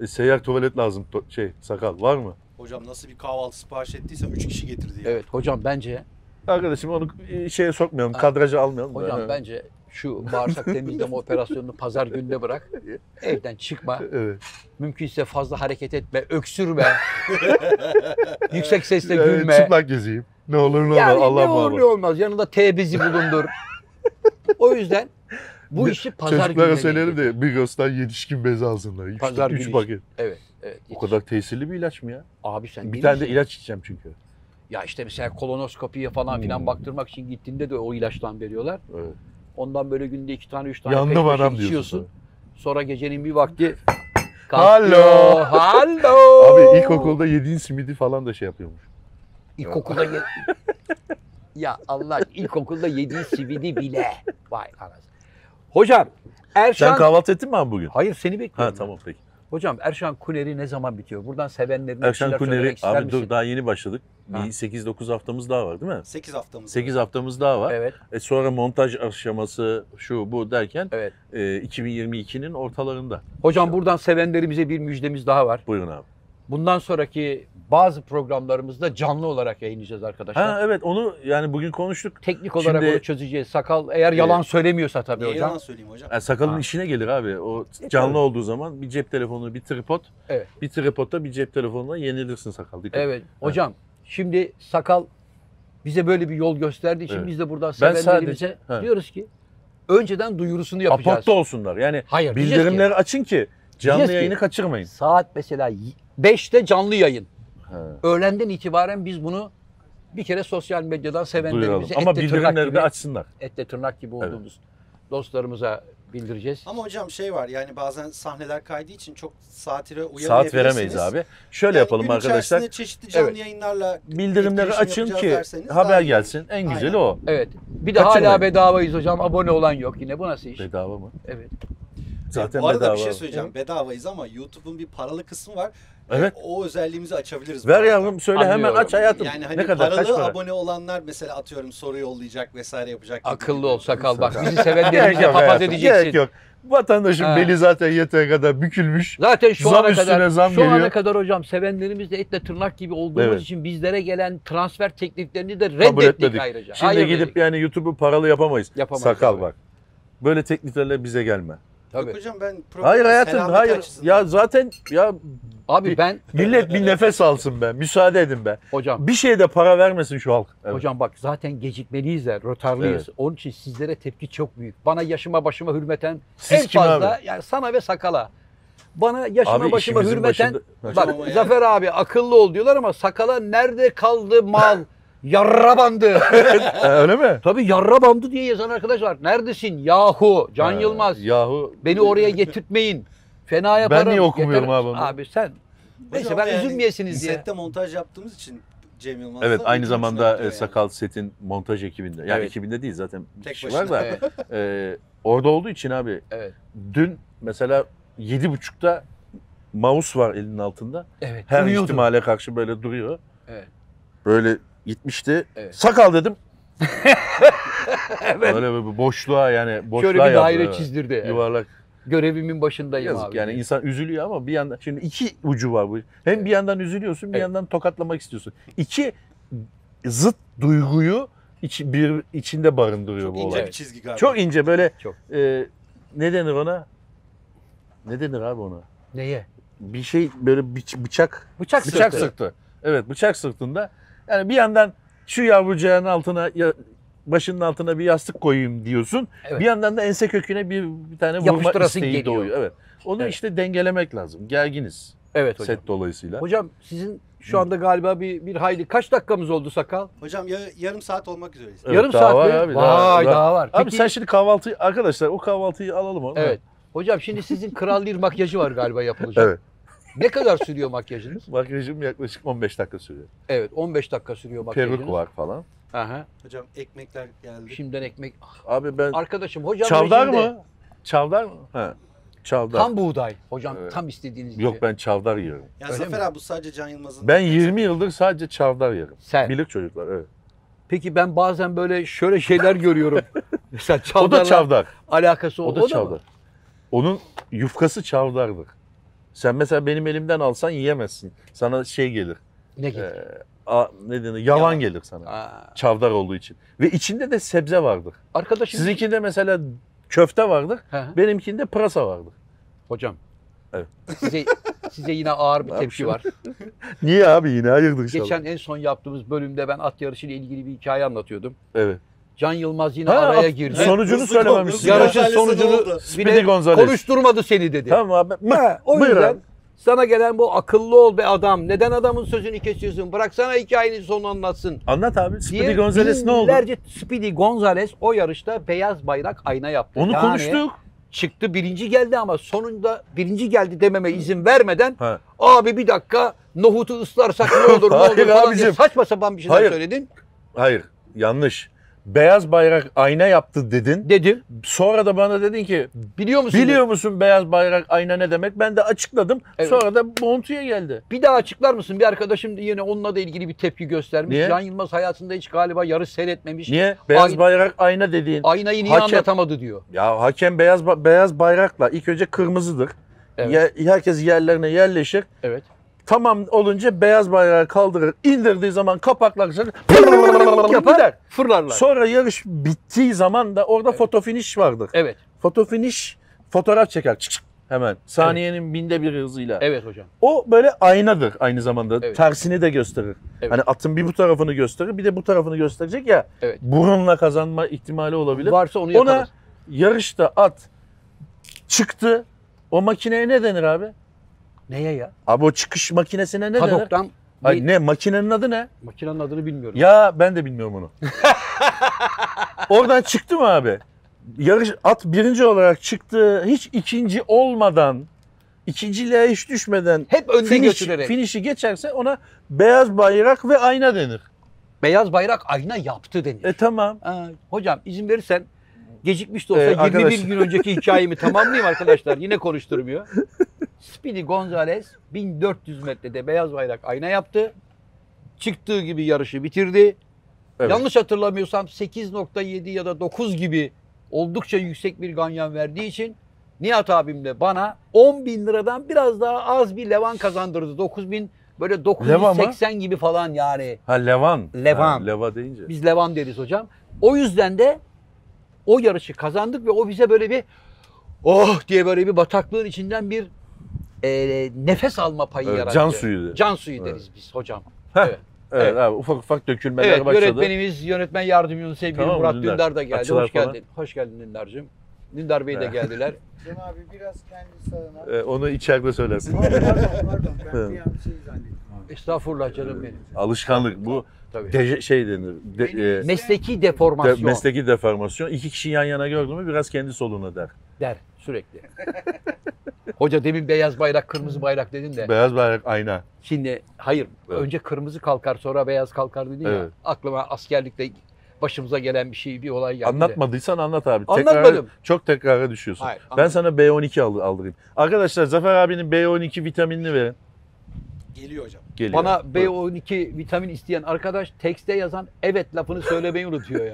Speaker 2: e, seyyar tuvalet lazım to- şey sakal var mı?
Speaker 3: Hocam nasıl bir kahvaltı sipariş ettiyse 3 kişi getirdi ya. [LAUGHS]
Speaker 1: evet hocam bence
Speaker 2: Arkadaşım onu e, şeye sokmayalım
Speaker 1: Ha.
Speaker 2: kadraja almayalım. da.
Speaker 1: hocam
Speaker 2: Ha.
Speaker 1: bence şu bağırsak temizleme operasyonunu pazar gününe bırak. Evden çıkma.
Speaker 2: Evet.
Speaker 1: Mümkünse fazla hareket etme, öksürme. Yüksek sesle
Speaker 2: Yani
Speaker 1: gülme.
Speaker 2: Ee, e, çıplak gezeyim. Ne olur ne olur
Speaker 1: yani
Speaker 2: Allah
Speaker 1: ne olur ne
Speaker 2: muhafaza.
Speaker 1: olmaz. Yanında tebizi bulundur. o yüzden bu
Speaker 2: Bir-
Speaker 1: işi pazar
Speaker 2: Çocuklara
Speaker 1: gününe
Speaker 2: söylerim
Speaker 1: getir.
Speaker 2: de Migros'tan yetişkin bezi alsınlar. Üç,
Speaker 1: Pazar
Speaker 2: üç
Speaker 1: günü
Speaker 2: paket.
Speaker 1: Evet, evet.
Speaker 2: O kadar tesirli bir ilaç mı ya?
Speaker 1: Abi sen
Speaker 2: bir
Speaker 1: deli
Speaker 2: tane
Speaker 1: misin?
Speaker 2: de ilaç içeceğim çünkü.
Speaker 1: Ya işte mesela kolonoskopiye falan filan
Speaker 2: Hmm.
Speaker 1: baktırmak için gittiğinde de o ilaçtan veriyorlar.
Speaker 2: Evet.
Speaker 1: Ondan böyle günde iki tane, üç tane
Speaker 2: Yandım
Speaker 1: peş peşe
Speaker 2: adam diyorsun.
Speaker 1: içiyorsun. Sonra gecenin bir vakti
Speaker 2: Hallo.
Speaker 1: kalkıyor. Hallo.
Speaker 2: Abi ilkokulda yediğin simidi falan da şey yapıyormuş.
Speaker 1: İlkokulda ye- ya Allah ilkokulda yediği simidi bile. Vay anasını. Hocam Erşan...
Speaker 2: Sen kahvaltı ettin mi abi bugün?
Speaker 1: Hayır seni bekliyorum.
Speaker 2: Ha
Speaker 1: ben.
Speaker 2: tamam peki.
Speaker 1: Hocam Erşan Kuneri ne zaman bitiyor? Buradan sevenlerine bir
Speaker 2: Erşan
Speaker 1: şeyler
Speaker 2: Kuneri,
Speaker 1: söylemek ister
Speaker 2: abi
Speaker 1: misin?
Speaker 2: dur daha yeni başladık. Bir
Speaker 1: Ha.
Speaker 2: 8-9 haftamız daha var değil mi?
Speaker 3: 8 haftamız.
Speaker 2: 8 haftamız daha var.
Speaker 1: Evet.
Speaker 2: E sonra montaj aşaması şu bu derken
Speaker 1: Evet.
Speaker 2: e, 2022'nin ortalarında.
Speaker 1: Hocam buradan sevenlerimize bir müjdemiz daha var.
Speaker 2: Buyurun abi.
Speaker 1: Bundan sonraki bazı programlarımızda canlı olarak yayınlayacağız arkadaşlar.
Speaker 2: Ha evet onu yani bugün konuştuk.
Speaker 1: Teknik olarak
Speaker 2: Şimdi- Ee,
Speaker 1: onu çözeceğiz. Sakal eğer yalan söylemiyorsa tabii
Speaker 3: Niye
Speaker 1: hocam.
Speaker 3: yalan söyleyeyim hocam?
Speaker 2: E, sakalın
Speaker 1: Ha.
Speaker 2: işine gelir abi. O canlı olduğu zaman bir cep telefonu, bir tripod.
Speaker 1: Evet.
Speaker 2: Bir tripodda bir cep telefonuna yenilirsin sakal. Dikkat.
Speaker 1: Evet hocam şimdi sakal bize böyle bir yol gösterdiği için
Speaker 2: Evet.
Speaker 1: biz de buradan
Speaker 2: Ben
Speaker 1: sevenlerimize
Speaker 2: sadece- he.
Speaker 1: diyoruz ki önceden duyurusunu yapacağız.
Speaker 2: Aportta olsunlar. Yani
Speaker 1: Hayır diyeceğiz ki,
Speaker 2: bildirimleri açın ki canlı
Speaker 1: Diyeceğiz ki-
Speaker 2: yayını kaçırmayın.
Speaker 1: saat mesela 5'te canlı yayın.
Speaker 2: Ha.
Speaker 1: Öğlenden itibaren biz bunu bir kere sosyal medyadan
Speaker 2: Duyuralım.
Speaker 1: sevenlerimize
Speaker 2: Ama
Speaker 1: etle tırnak
Speaker 2: bildirimleri
Speaker 1: gibi,
Speaker 2: de açsınlar.
Speaker 1: etle tırnak gibi
Speaker 2: Evet.
Speaker 1: olduğumuz dostlarımıza bildireceğiz.
Speaker 3: Ama hocam şey var yani bazen sahneler kaydığı için çok saatire
Speaker 2: Saat
Speaker 3: uyamayabilirsiniz.
Speaker 2: veremeyiz abi. Şöyle
Speaker 3: Yani
Speaker 2: yapalım
Speaker 3: gün
Speaker 2: arkadaşlar.
Speaker 3: içerisinde çeşitli canlı
Speaker 1: Evet.
Speaker 3: yayınlarla
Speaker 2: Bildirimleri
Speaker 3: etkileşim
Speaker 2: açın
Speaker 3: yapacağız
Speaker 2: ki
Speaker 3: derseniz daha
Speaker 2: haber
Speaker 3: iyi.
Speaker 2: gelsin. En güzeli o.
Speaker 1: Evet. Bir de
Speaker 2: Kaçırmayın.
Speaker 1: hala bedavayız hocam. Abone olan yok yine. Bu nasıl iş?
Speaker 2: Bedava mı?
Speaker 1: Evet.
Speaker 2: Zaten
Speaker 3: Bu arada
Speaker 2: bedava.
Speaker 3: bir şey söyleyeceğim. Bedavayız ama YouTube'un bir paralı kısmı var.
Speaker 2: Evet.
Speaker 3: O özelliğimizi açabiliriz.
Speaker 2: Ver
Speaker 3: bu arada.
Speaker 2: yavrum söyle
Speaker 1: Anlıyorum.
Speaker 2: hemen aç hayatım.
Speaker 3: Yani hani
Speaker 2: ne kadar
Speaker 3: paralı
Speaker 2: kaç para?
Speaker 3: abone olanlar mesela atıyorum soru yollayacak vesaire yapacak. gibi.
Speaker 1: Akıllı ol sakal bak.
Speaker 2: Sakal.
Speaker 1: Bizi sevenlerimize papaz
Speaker 2: hayatım,
Speaker 1: edeceksin.
Speaker 2: Gerek yok. Vatandaşın
Speaker 1: Ha.
Speaker 2: beli zaten yeteri kadar bükülmüş.
Speaker 1: Zaten şu
Speaker 2: Zam
Speaker 1: ana
Speaker 2: üstüne
Speaker 1: kadar
Speaker 2: zam
Speaker 1: şu ana
Speaker 2: geliyor.
Speaker 1: kadar hocam sevenlerimiz de etle tırnak gibi olduğumuz
Speaker 2: Evet.
Speaker 1: için bizlere gelen transfer tekliflerini de
Speaker 2: Kabul
Speaker 1: reddettik
Speaker 2: etmedik.
Speaker 1: ayrıca.
Speaker 2: Şimdi
Speaker 1: Hayır
Speaker 2: gidip
Speaker 1: dedik.
Speaker 2: yani YouTube'u paralı yapamayız.
Speaker 1: Yapamayız
Speaker 2: Sakal
Speaker 1: abi.
Speaker 2: bak. Böyle tekliflerle bize gelme.
Speaker 1: Tabii.
Speaker 3: Yok hocam ben
Speaker 2: Hayır
Speaker 3: programın
Speaker 2: hayatım
Speaker 3: selamet
Speaker 2: hayır.
Speaker 3: açısından-
Speaker 2: Ya zaten ya
Speaker 1: Abi ben
Speaker 2: millet bir nefes alsın be. Müsaade edin be.
Speaker 1: hocam
Speaker 2: Bir şeye de para vermesin şu halk. Evet.
Speaker 1: hocam bak zaten gecikmeliyiz de rotarlıyız. Onun için sizlere tepki çok büyük. Bana yaşıma başıma hürmeten
Speaker 2: Siz
Speaker 1: en
Speaker 2: kim
Speaker 1: fazla
Speaker 2: abi?
Speaker 1: yani sana ve sakala. Bana yaşıma başıma
Speaker 2: işimizin
Speaker 1: hürmeten
Speaker 2: [LAUGHS] başında-
Speaker 1: Bak
Speaker 3: Hocam ama yani-
Speaker 1: Zafer abi akıllı ol diyorlar ama sakala nerede kaldı mal?
Speaker 2: [LAUGHS]
Speaker 1: yarra bandı.
Speaker 2: Ha, e, öyle mi?
Speaker 1: Tabii yarra bandı diye yazan arkadaş var. Neredesin yahu Can
Speaker 2: Ha,
Speaker 1: Yılmaz.
Speaker 2: Yahu
Speaker 1: Beni oraya getirtmeyin. Fena yaparım.
Speaker 2: niye okumuyorum abi onu?
Speaker 1: Abi sen. Neyse
Speaker 3: Hocam
Speaker 1: ben
Speaker 3: ama yani
Speaker 1: üzülmeyesiniz diye.
Speaker 3: Sette montaj yaptığımız için Cem Yılmaz'la
Speaker 2: Evet aynı
Speaker 3: uydurmuş
Speaker 2: zamanda
Speaker 3: nokta
Speaker 2: e,
Speaker 3: yani.
Speaker 2: sakal setin montaj ekibinde. Yani
Speaker 1: Evet.
Speaker 2: ekibinde değil zaten bir
Speaker 3: Tek
Speaker 2: kişi
Speaker 3: başına.
Speaker 2: var da.
Speaker 1: Evet,
Speaker 2: e, orada olduğu için abi
Speaker 1: evet.
Speaker 2: dün mesela 7.30'da mouse var elinin altında.
Speaker 1: evet.
Speaker 2: Her
Speaker 1: Uyuyordu.
Speaker 2: ihtimale karşı böyle duruyor.
Speaker 1: Evet.
Speaker 2: Böyle gitmişti.
Speaker 1: Evet.
Speaker 2: Sakal dedim.
Speaker 1: Evet.
Speaker 2: Böyle bir boşluğa yani boşluğa
Speaker 1: Şöyle bir
Speaker 2: yaptı,
Speaker 1: daire
Speaker 2: evet.
Speaker 1: çizdirdi. Evet.
Speaker 2: Yuvarlak.
Speaker 1: Görevimin başındayım
Speaker 2: Yazık
Speaker 1: abi.
Speaker 2: yani
Speaker 1: diye.
Speaker 2: insan üzülüyor ama bir yandan şimdi iki ucu var bu. Hem bir yandan üzülüyorsun bir
Speaker 1: Evet.
Speaker 2: yandan tokatlamak istiyorsun. İki zıt duyguyu içi- bir içinde barındırıyor
Speaker 3: Çok
Speaker 2: bu
Speaker 3: ince
Speaker 2: olay.
Speaker 3: bir şey çizgi galiba.
Speaker 2: Çok ince böyle
Speaker 1: Çok.
Speaker 2: e, ne denir ona? Ne denir abi ona?
Speaker 1: Neye?
Speaker 2: Bir şey böyle bıç- bıçak
Speaker 1: Bıçak,
Speaker 2: bıçak
Speaker 1: sırtı.
Speaker 2: sıktı. Evet bıçak sırtında. Yani bir yandan şu yavrucağın altına ya- başının altına bir yastık koyayım diyorsun.
Speaker 1: Evet.
Speaker 2: Bir yandan da ense köküne bir, bir tane vurma
Speaker 1: Yapıştırasın
Speaker 2: isteği
Speaker 1: geliyor.
Speaker 2: doğuyor. Evet. Onu
Speaker 1: Evet.
Speaker 2: işte dengelemek lazım. Gerginiz
Speaker 1: Evet hocam.
Speaker 2: set dolayısıyla.
Speaker 1: Hocam sizin şu anda galiba bir, bir hayli kaç dakikamız oldu sakal?
Speaker 3: Hocam ya- yarım saat olmak üzereyiz.
Speaker 2: Evet,
Speaker 1: Yarım
Speaker 2: daha
Speaker 1: saat
Speaker 2: var
Speaker 1: mi?
Speaker 2: abi, daha-
Speaker 1: Vay daha,
Speaker 2: daha-
Speaker 1: var.
Speaker 2: Abi
Speaker 1: Peki-
Speaker 2: sen şimdi kahvaltıyı arkadaşlar o kahvaltıyı alalım onu.
Speaker 1: Evet. Hocam şimdi sizin krallir makyajı var galiba yapılacak.
Speaker 2: Evet.
Speaker 1: Ne kadar sürüyor makyajınız?
Speaker 2: Makyajım yaklaşık 15 dakika sürüyor.
Speaker 1: Evet 15 dakika sürüyor makyajınız.
Speaker 2: Peruk var falan.
Speaker 1: Aha.
Speaker 3: Hocam ekmekler geldi.
Speaker 1: Şimdiden ekmek.
Speaker 2: Abi ben
Speaker 1: Arkadaşım hocam
Speaker 2: Çavdar
Speaker 1: rejimde.
Speaker 2: mı? Çavdar mı? Ha. Çavdar.
Speaker 1: Tam buğday. Hocam
Speaker 2: Evet.
Speaker 1: tam istediğiniz gibi.
Speaker 2: Yok ben çavdar yiyorum.
Speaker 3: ya
Speaker 1: öyle
Speaker 3: Zafer
Speaker 1: mi?
Speaker 3: abi bu sadece Can Yılmaz'ın.
Speaker 2: Ben 20 yıldır sadece çavdar yerim.
Speaker 1: Sen.
Speaker 2: Bilir çocuklar evet.
Speaker 1: Peki ben bazen böyle şöyle şeyler
Speaker 2: [LAUGHS]
Speaker 1: görüyorum. Mesela
Speaker 2: O da
Speaker 1: çavdarla
Speaker 2: çavdar.
Speaker 1: alakası
Speaker 2: O
Speaker 1: oldu.
Speaker 2: da çavdar. Onun yufkası çavdardır. Sen mesela benim elimden alsan yiyemezsin. Sana şey gelir.
Speaker 1: Ne gibi?
Speaker 2: Ee, a, ne denir? Yavan,
Speaker 3: Yavan.
Speaker 2: gelir sana.
Speaker 1: Aa.
Speaker 2: Çavdar olduğu için. Ve içinde de sebze vardır.
Speaker 1: Arkadaşım.
Speaker 2: Sizinkinde mesela köfte vardır.
Speaker 1: Hı hı.
Speaker 2: Benimkinde pırasa vardır.
Speaker 1: Hocam.
Speaker 2: Evet.
Speaker 1: Size, size yine ağır bir
Speaker 2: Ne
Speaker 1: tepki var.
Speaker 2: Niye abi yine hayırdır inşallah.
Speaker 1: Geçen en son yaptığımız bölümde ben at yarışıyla ilgili bir hikaye anlatıyordum.
Speaker 2: Evet.
Speaker 1: Can Yılmaz yine
Speaker 2: Ha,
Speaker 1: araya
Speaker 2: at-
Speaker 1: girdi.
Speaker 3: Evet,
Speaker 2: sonucunu
Speaker 3: hızlı
Speaker 2: söylememişsin.
Speaker 3: kol- hızlı
Speaker 1: Yarışın
Speaker 3: müdahalesi ne
Speaker 1: sonucunu
Speaker 3: oldu?
Speaker 2: Speedy
Speaker 1: bile
Speaker 2: Gonzales.
Speaker 1: konuşturmadı seni dedi.
Speaker 2: Tamam abi.
Speaker 1: Ha, o
Speaker 2: Buyur
Speaker 1: yüzden
Speaker 2: abi.
Speaker 1: Sana gelen bu akıllı ol be adam. Neden adamın sözünü kesiyorsun? Bıraksana hikayenin sonunu anlatsın.
Speaker 2: Anlat abi. Speedy
Speaker 1: diye
Speaker 2: Gonzales ne oldu?
Speaker 1: binlerce Speedy Gonzales o yarışta beyaz bayrak ayna yaptı.
Speaker 2: Onu
Speaker 1: Yani
Speaker 2: konuştuk.
Speaker 1: Çıktı birinci geldi ama sonunda birinci geldi dememe izin vermeden
Speaker 2: Ha.
Speaker 1: abi bir dakika nohutu ıslarsak ne olur
Speaker 2: [LAUGHS]
Speaker 1: ne olur
Speaker 2: Hayır
Speaker 1: falan diye
Speaker 2: abicim.
Speaker 1: saçma sapan bir şeyler
Speaker 2: Hayır.
Speaker 1: söyledin.
Speaker 2: Hayır. Yanlış. Beyaz bayrak ayna yaptı dedin.
Speaker 1: Dedim.
Speaker 2: Sonra da bana dedin ki
Speaker 1: Biliyor musun?
Speaker 2: biliyor musun beyaz bayrak ayna ne demek? Ben de açıkladım.
Speaker 1: Evet.
Speaker 2: Sonra da montuya geldi.
Speaker 1: Bir daha açıklar mısın? Bir arkadaşım yine onunla da ilgili bir tepki göstermiş.
Speaker 2: Niye?
Speaker 1: Can Yılmaz hayatında hiç galiba yarış seyretmemiş.
Speaker 2: Niye? Beyaz
Speaker 1: Ay-
Speaker 2: bayrak ayna dediğin.
Speaker 1: Aynayı niye
Speaker 2: Hakem-
Speaker 1: anlatamadı diyor.
Speaker 2: Ya hakem beyaz ba- beyaz bayrakla ilk önce kırmızıdır.
Speaker 1: Evet.
Speaker 2: Ye- herkes yerlerine yerleşir.
Speaker 1: Evet.
Speaker 2: Tamam olunca beyaz bayrağı kaldırır. İndirdiği zaman kapaklar
Speaker 1: Yapar,
Speaker 2: gider.
Speaker 1: fırlarlar.
Speaker 2: Sonra yarış bittiği zaman da orada foto finish vardır.
Speaker 1: evet.
Speaker 2: Foto finish fotoğraf çeker çık çık hemen saniyenin binde bir hızıyla.
Speaker 1: Evet hocam.
Speaker 2: O böyle aynadır aynı zamanda.
Speaker 1: Evet.
Speaker 2: Tersini de gösterir.
Speaker 1: Evet.
Speaker 2: Hani atın bir bu tarafını gösterir bir de bu tarafını gösterecek ya.
Speaker 1: Evet.
Speaker 2: Burunla kazanma ihtimali olabilir.
Speaker 1: Varsa onu yakalar.
Speaker 2: Ona yarışta at çıktı. O makineye ne denir abi?
Speaker 1: Neye ya?
Speaker 2: Abi o çıkış makinesine ne denir?
Speaker 1: Padok'tan
Speaker 2: Hayır
Speaker 1: ne?
Speaker 2: ne makinenin adı ne?
Speaker 1: makinenin adını bilmiyorum.
Speaker 2: Ya ben de
Speaker 1: [LAUGHS]
Speaker 2: bilmiyorum onu. Oradan çıktı mı abi? Yarış at birinci olarak çıktı. Hiç ikinci olmadan, ikinciliğe hiç düşmeden
Speaker 1: Hep önde
Speaker 2: finish,
Speaker 1: götürerek.
Speaker 2: finişi geçerse ona beyaz bayrak ve ayna denir.
Speaker 1: Beyaz bayrak ayna yaptı denir.
Speaker 2: E tamam.
Speaker 1: Aa, hocam izin verirsen gecikmiş de olsa
Speaker 2: Ee,
Speaker 1: 21
Speaker 2: arkadaş-
Speaker 1: gün önceki
Speaker 2: [LAUGHS]
Speaker 1: hikayemi tamamlayayım arkadaşlar. Yine konuşturmuyor. Speedy Gonzales 1400 metrede beyaz bayrak ayna yaptı. Çıktığı gibi yarışı bitirdi.
Speaker 2: Evet.
Speaker 1: Yanlış hatırlamıyorsam 8.7 ya da 9 gibi oldukça yüksek bir ganyan verdiği için Nihat abim de bana 10 bin liradan biraz daha az bir levan kazandırdı. 9 bin böyle 980 gibi falan yani.
Speaker 2: Ha Levan.
Speaker 1: Levan.
Speaker 2: Ha, leva deyince.
Speaker 1: Biz levan deriz hocam. O yüzden de o yarışı kazandık ve o bize böyle bir oh diye böyle bir bataklığın içinden bir e, nefes alma payı
Speaker 2: Evet,
Speaker 1: yarattı.
Speaker 2: can suyuydu.
Speaker 1: Can suyu deriz biz hocam. Evet.
Speaker 2: Evet,
Speaker 1: Evet.
Speaker 2: abi ufak ufak dökülmeler
Speaker 1: Evet,
Speaker 2: başladı.
Speaker 1: yönetmenimiz, yönetmen yardımcımız sevgili
Speaker 2: Tamam mı
Speaker 1: Murat
Speaker 2: Dündar?
Speaker 1: Dündar, da geldi.
Speaker 2: Açılar
Speaker 1: Hoş
Speaker 2: falan.
Speaker 1: geldin. Hoş geldin Dündar'cığım. Dündar Bey de
Speaker 2: Evet.
Speaker 1: geldiler.
Speaker 2: [LAUGHS]
Speaker 4: Can abi biraz kendi sağına.
Speaker 2: Ee, onu
Speaker 1: [LAUGHS]
Speaker 2: içeride söylersin.
Speaker 4: Pardon pardon pardon ben bir
Speaker 2: Evet.
Speaker 4: an şey zannettim.
Speaker 1: Estağfurullah canım benim.
Speaker 2: Alışkanlık bu
Speaker 1: Tabii.
Speaker 2: deje- şey denir. de- e,
Speaker 1: mesleki
Speaker 2: de-
Speaker 1: deformasyon
Speaker 2: mesleki deformasyon. İki kişi yan yana gördü mü biraz kendi soluna der.
Speaker 1: der sürekli. Hoca demin beyaz bayrak, kırmızı bayrak dedin de.
Speaker 2: Beyaz bayrak ayna.
Speaker 1: Şimdi hayır
Speaker 2: Evet.
Speaker 1: önce kırmızı kalkar sonra beyaz kalkar dedin ya.
Speaker 2: Evet.
Speaker 1: Aklıma askerlikte başımıza gelen bir şey bir olay geldi. de.
Speaker 2: Anlatmadıysan anlat abi.
Speaker 1: Anlatmadım.
Speaker 2: Tekrar, çok tekrara düşüyorsun.
Speaker 1: Hayır,
Speaker 2: ben
Speaker 1: anlat-
Speaker 2: sana B12 aldı- aldırayım. Arkadaşlar Zafer abinin B12 vitaminini verin.
Speaker 3: Geliyor hocam.
Speaker 2: Geliyor.
Speaker 1: Bana B12 vitamin isteyen arkadaş tekste yazan evet lafını söylemeyi
Speaker 2: [LAUGHS]
Speaker 1: unutuyor ya.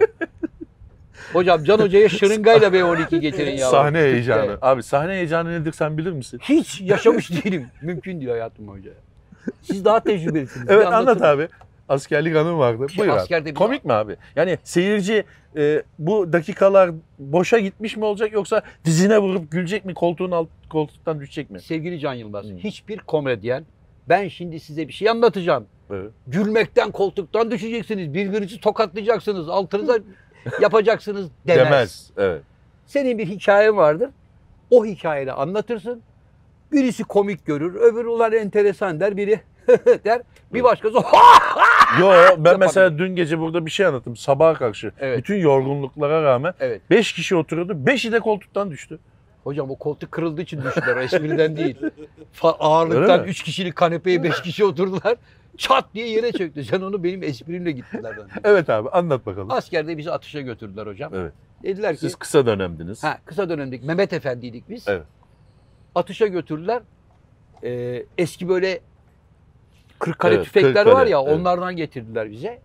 Speaker 1: Hocam Can Hoca'ya şırıngayla B12 getirin ya.
Speaker 2: Sahne heyecanı. Abi sahne heyecanı nedir sen bilir misin?
Speaker 1: Hiç yaşamış değilim. Mümkün değil hayatım hoca. Siz daha tecrübelisiniz. Bir
Speaker 2: Evet anlat
Speaker 1: anlatın.
Speaker 2: abi. Askerlik anım vardı.
Speaker 1: Ki
Speaker 2: Buyur
Speaker 1: askerde
Speaker 2: abi.
Speaker 1: bir-
Speaker 2: Komik mi abi? Yani seyirci e, bu dakikalar boşa gitmiş mi olacak yoksa dizine vurup gülecek mi? Koltuğun alt koltuktan düşecek mi?
Speaker 1: Sevgili Can Yılmaz,
Speaker 2: Hmm.
Speaker 1: hiçbir komedyen ben şimdi size bir şey anlatacağım.
Speaker 2: Evet.
Speaker 1: Gülmekten koltuktan düşeceksiniz. Birbirinizi tokatlayacaksınız.
Speaker 2: [LAUGHS]
Speaker 1: Altınıza yapacaksınız demez.
Speaker 2: Demez. Evet.
Speaker 1: Senin bir hikayen vardır. O hikayeni anlatırsın. Birisi komik görür. Öbürü ulan enteresan der. Biri [LAUGHS] der. Bir başkası
Speaker 2: Yo ben mesela dün gece burada bir şey anlattım sabaha karşı.
Speaker 1: Evet.
Speaker 2: Bütün yorgunluklara rağmen
Speaker 1: Evet.
Speaker 2: 5 kişi oturuyordu. 5'i de koltuktan düştü.
Speaker 1: Hocam o koltuk kırıldığı için düştüler. o Espriden değil. Fa- ağırlıktan
Speaker 2: mi?
Speaker 1: 3 kişilik kanepeye 5 kişi oturdular. Çat diye yere çöktü. Sen onu benim esprimle gittiler.
Speaker 2: Evet abi anlat bakalım.
Speaker 1: Askerde bizi atışa götürdüler hocam.
Speaker 2: Evet.
Speaker 1: Dediler ki
Speaker 2: Siz kısa dönemdiniz.
Speaker 1: ha, kısa dönemdik Mehmet Efendi'ydik biz.
Speaker 2: Evet.
Speaker 1: Atışa götürdüler. Ee, eski böyle kırıkkale
Speaker 2: Evet,
Speaker 1: tüfekler
Speaker 2: kırıkkale,
Speaker 1: var ya
Speaker 2: evet.
Speaker 1: onlardan getirdiler bize.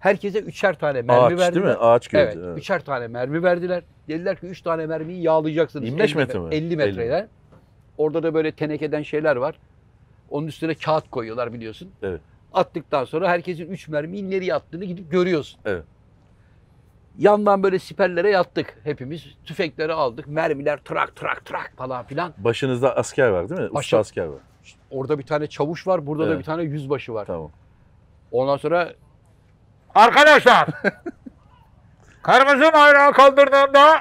Speaker 1: Herkese üçer tane mermi
Speaker 2: Ağaç
Speaker 1: verdiler.
Speaker 2: değil mi? Ağaç
Speaker 1: Evet,
Speaker 2: gördü. Evet.
Speaker 1: üçer tane mermi verdiler. Dediler ki üç tane mermiyi yağlayacaksınız.
Speaker 2: 25
Speaker 1: 50
Speaker 2: metre mi?
Speaker 1: 50 metreden. Orada da böyle tenekeden şeyler var. Onun üstüne kağıt koyuyorlar biliyorsun.
Speaker 2: Evet.
Speaker 1: Attıktan sonra herkesin üç mermiyi nereye attığını gidip görüyorsun.
Speaker 2: Evet.
Speaker 1: Yandan böyle siperlere yattık hepimiz. Tüfekleri aldık. Mermiler trak trak trak falan filan.
Speaker 2: Başınızda asker var değil mi? Usta
Speaker 1: Başım-
Speaker 2: asker var.
Speaker 1: Orada bir tane çavuş var. Burada da
Speaker 2: Evet.
Speaker 1: bir tane yüzbaşı var.
Speaker 2: Tamam.
Speaker 1: Ondan sonra
Speaker 5: Arkadaşlar, kırmızı bayrağı kaldırdığımda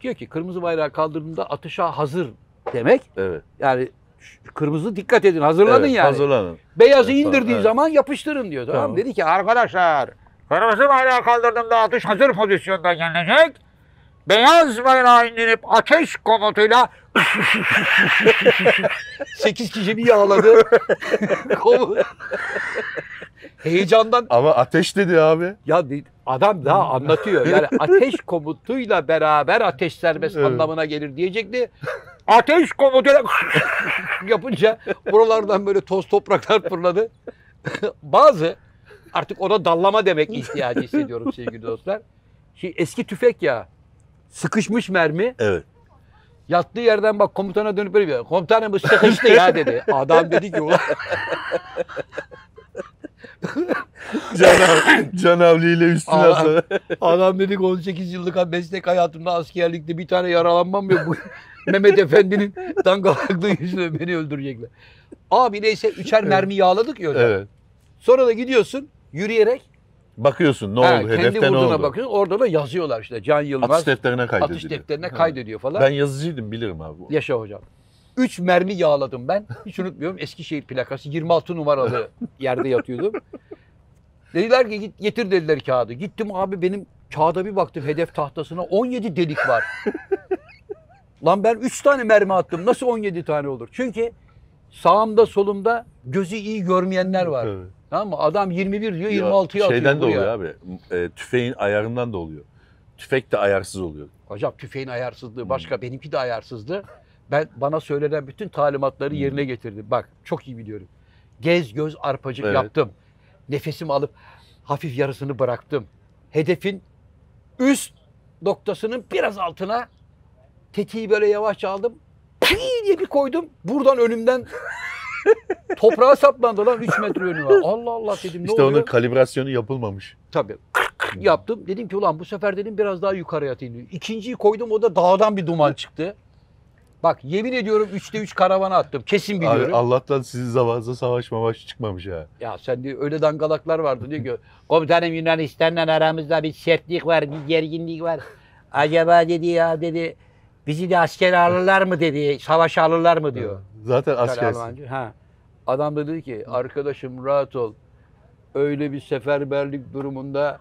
Speaker 1: diyor ki kırmızı bayrağı kaldırdığında atışa hazır demek.
Speaker 2: Evet.
Speaker 1: Yani şu kırmızı dikkat edin hazırlanın
Speaker 2: Evet,
Speaker 1: yani.
Speaker 2: Hazırlanın.
Speaker 1: Beyazı
Speaker 2: Evet, tamam,
Speaker 1: indirdiği
Speaker 2: evet.
Speaker 1: zaman yapıştırın diyor. Tamam.
Speaker 2: Tamam.
Speaker 1: Dedi ki arkadaş
Speaker 5: Arkadaşlar kırmızı bayrağı kaldırdığımda atış hazır pozisyonda yenilecek. Beyaz bayrağa indirip ateş komutuyla
Speaker 1: 8 kişi bir yağladı.
Speaker 2: [LAUGHS]
Speaker 1: Kol- Heyecandan
Speaker 2: Ama ateş dedi abi. [LAUGHS]
Speaker 1: ya de- adam daha anlatıyor. Yani ateş komutuyla beraber ateş serbest
Speaker 2: Evet.
Speaker 1: anlamına gelir diyecekti. Ateş komutuyla [LAUGHS] yapınca buralardan böyle toz topraklar fırladı. [LAUGHS] Bazı artık ona dallama demek ihtiyacı hissediyorum sevgili dostlar. Şey, eski tüfek ya sıkışmış mermi
Speaker 2: Evet.
Speaker 1: Yattığı yerden bak komutana dönüp böyle diyor. Komutanım bu sıkıştı ya dedi. Adam dedi ki ulan
Speaker 2: Canav, canavliyle üstüne
Speaker 1: Allah.
Speaker 2: atladı.
Speaker 1: adam dedi ki 18 yıllık meslek hayatımda askerlikte bir tane yaralanmam yok. Bu [LAUGHS] Mehmet Efendi'nin dangalaklığı yüzünden beni öldürecekler. Abi neyse üçer mermi yağladık ya. hocam.
Speaker 2: Evet.
Speaker 1: Sonra da gidiyorsun yürüyerek
Speaker 2: Bakıyorsun ne
Speaker 1: ha,
Speaker 2: oldu?
Speaker 1: kendi
Speaker 2: Hedefte ne
Speaker 1: vurduğuna
Speaker 2: oldu?
Speaker 1: bakıyorsun. Orada da yazıyorlar işte Can
Speaker 2: Atış
Speaker 1: Yılmaz atış,
Speaker 2: defterine kaydediliyor.
Speaker 1: defterine
Speaker 2: Ha.
Speaker 1: kaydediyor falan.
Speaker 2: Ben yazıcıydım bilirim abi.
Speaker 1: Yaşa hocam. 3 mermi yağladım ben. Hiç unutmuyorum. Eskişehir plakası 26 numaralı yerde yatıyordum. Dediler ki git getir dediler kağıdı. Gittim abi benim kağıda bir baktım hedef tahtasına 17 delik var. Lan ben 3 tane mermi attım. Nasıl 17 tane olur? Çünkü sağımda solumda gözü iyi görmeyenler var.
Speaker 2: Evet.
Speaker 1: Tamam mı? Adam 21 diyor
Speaker 2: Ya,
Speaker 1: 26'ya atıyor.
Speaker 2: Şeyden de
Speaker 1: buraya.
Speaker 2: oluyor abi. E, tüfeğin ayarından da oluyor. Tüfek de ayarsız oluyor.
Speaker 1: Hocam tüfeğin
Speaker 2: Hmm.
Speaker 1: ayarsızlığı başka, benimki de ayarsızdı. Ben bana söylenen bütün talimatları
Speaker 2: Hmm.
Speaker 1: yerine getirdim. Bak çok iyi biliyorum. Gez göz arpacık
Speaker 2: Evet.
Speaker 1: yaptım. Nefesimi alıp hafif yarısını bıraktım. Hedefin üst noktasının biraz altına tetiği böyle yavaşça aldım. Pii diye bir koydum. Buradan
Speaker 2: [LAUGHS]
Speaker 1: önümden toprağa saplandı lan 3 metre önüme. Allah Allah dedim ne
Speaker 2: işte
Speaker 1: oluyor?
Speaker 2: onun kalibrasyonu yapılmamış.
Speaker 1: Tabii. Kırk kırk yaptım. Dedim ki ulan bu sefer dedim biraz daha yukarıya atayım. dedim. İkinciyi koydum o da dağdan bir duman çıktı. Bak yemin ediyorum 3'te 3 karavana attım. Kesin
Speaker 2: Abi,
Speaker 1: biliyorum.
Speaker 2: Allah'tan sizin zamanınızda savaş mavaş çıkmamış ha.
Speaker 1: Ya sen diyor öyle dangalaklar vardı diyor ki komutanım Yunanistan'la aramızda bir sertlik var, bir gerginlik var. Acaba dedi ya dedi bizi de asker alırlar mı dedi, savaş alırlar mı diyor.
Speaker 2: Zaten
Speaker 1: Kale
Speaker 2: askersin.
Speaker 1: Almancı. Ha. Adam da dedi ki arkadaşım rahat ol. Öyle bir seferberlik durumunda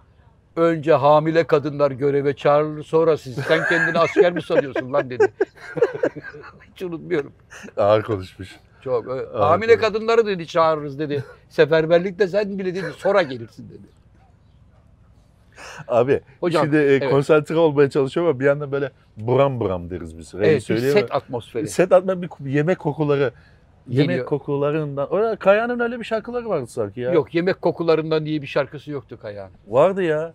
Speaker 1: önce hamile kadınlar göreve çağrılır sonra siz. Sen kendini asker mi sanıyorsun lan dedi. [LAUGHS] Hiç unutmuyorum.
Speaker 2: Ağır konuşmuş.
Speaker 1: Çok. ö- hamile
Speaker 2: evet.
Speaker 1: kadınları dedi çağırırız dedi. Seferberlikte sen bile dedi sonra gelirsin dedi.
Speaker 2: Abi
Speaker 1: Hocam,
Speaker 2: şimdi e,
Speaker 1: evet.
Speaker 2: konsantre olmaya çalışıyorum ama bir yandan böyle buram buram deriz biz. Rengi
Speaker 1: Evet e, bir
Speaker 2: söyleyemem.
Speaker 1: set atmosferi.
Speaker 2: Set atma bir yemek kokuları. Yemek
Speaker 1: Geliyor.
Speaker 2: kokularından. Öyle, Kaya'nın öyle bir şarkıları vardı sanki ya.
Speaker 1: Yok yemek kokularından diye bir şarkısı yoktu Kayağan.
Speaker 2: Vardı ya.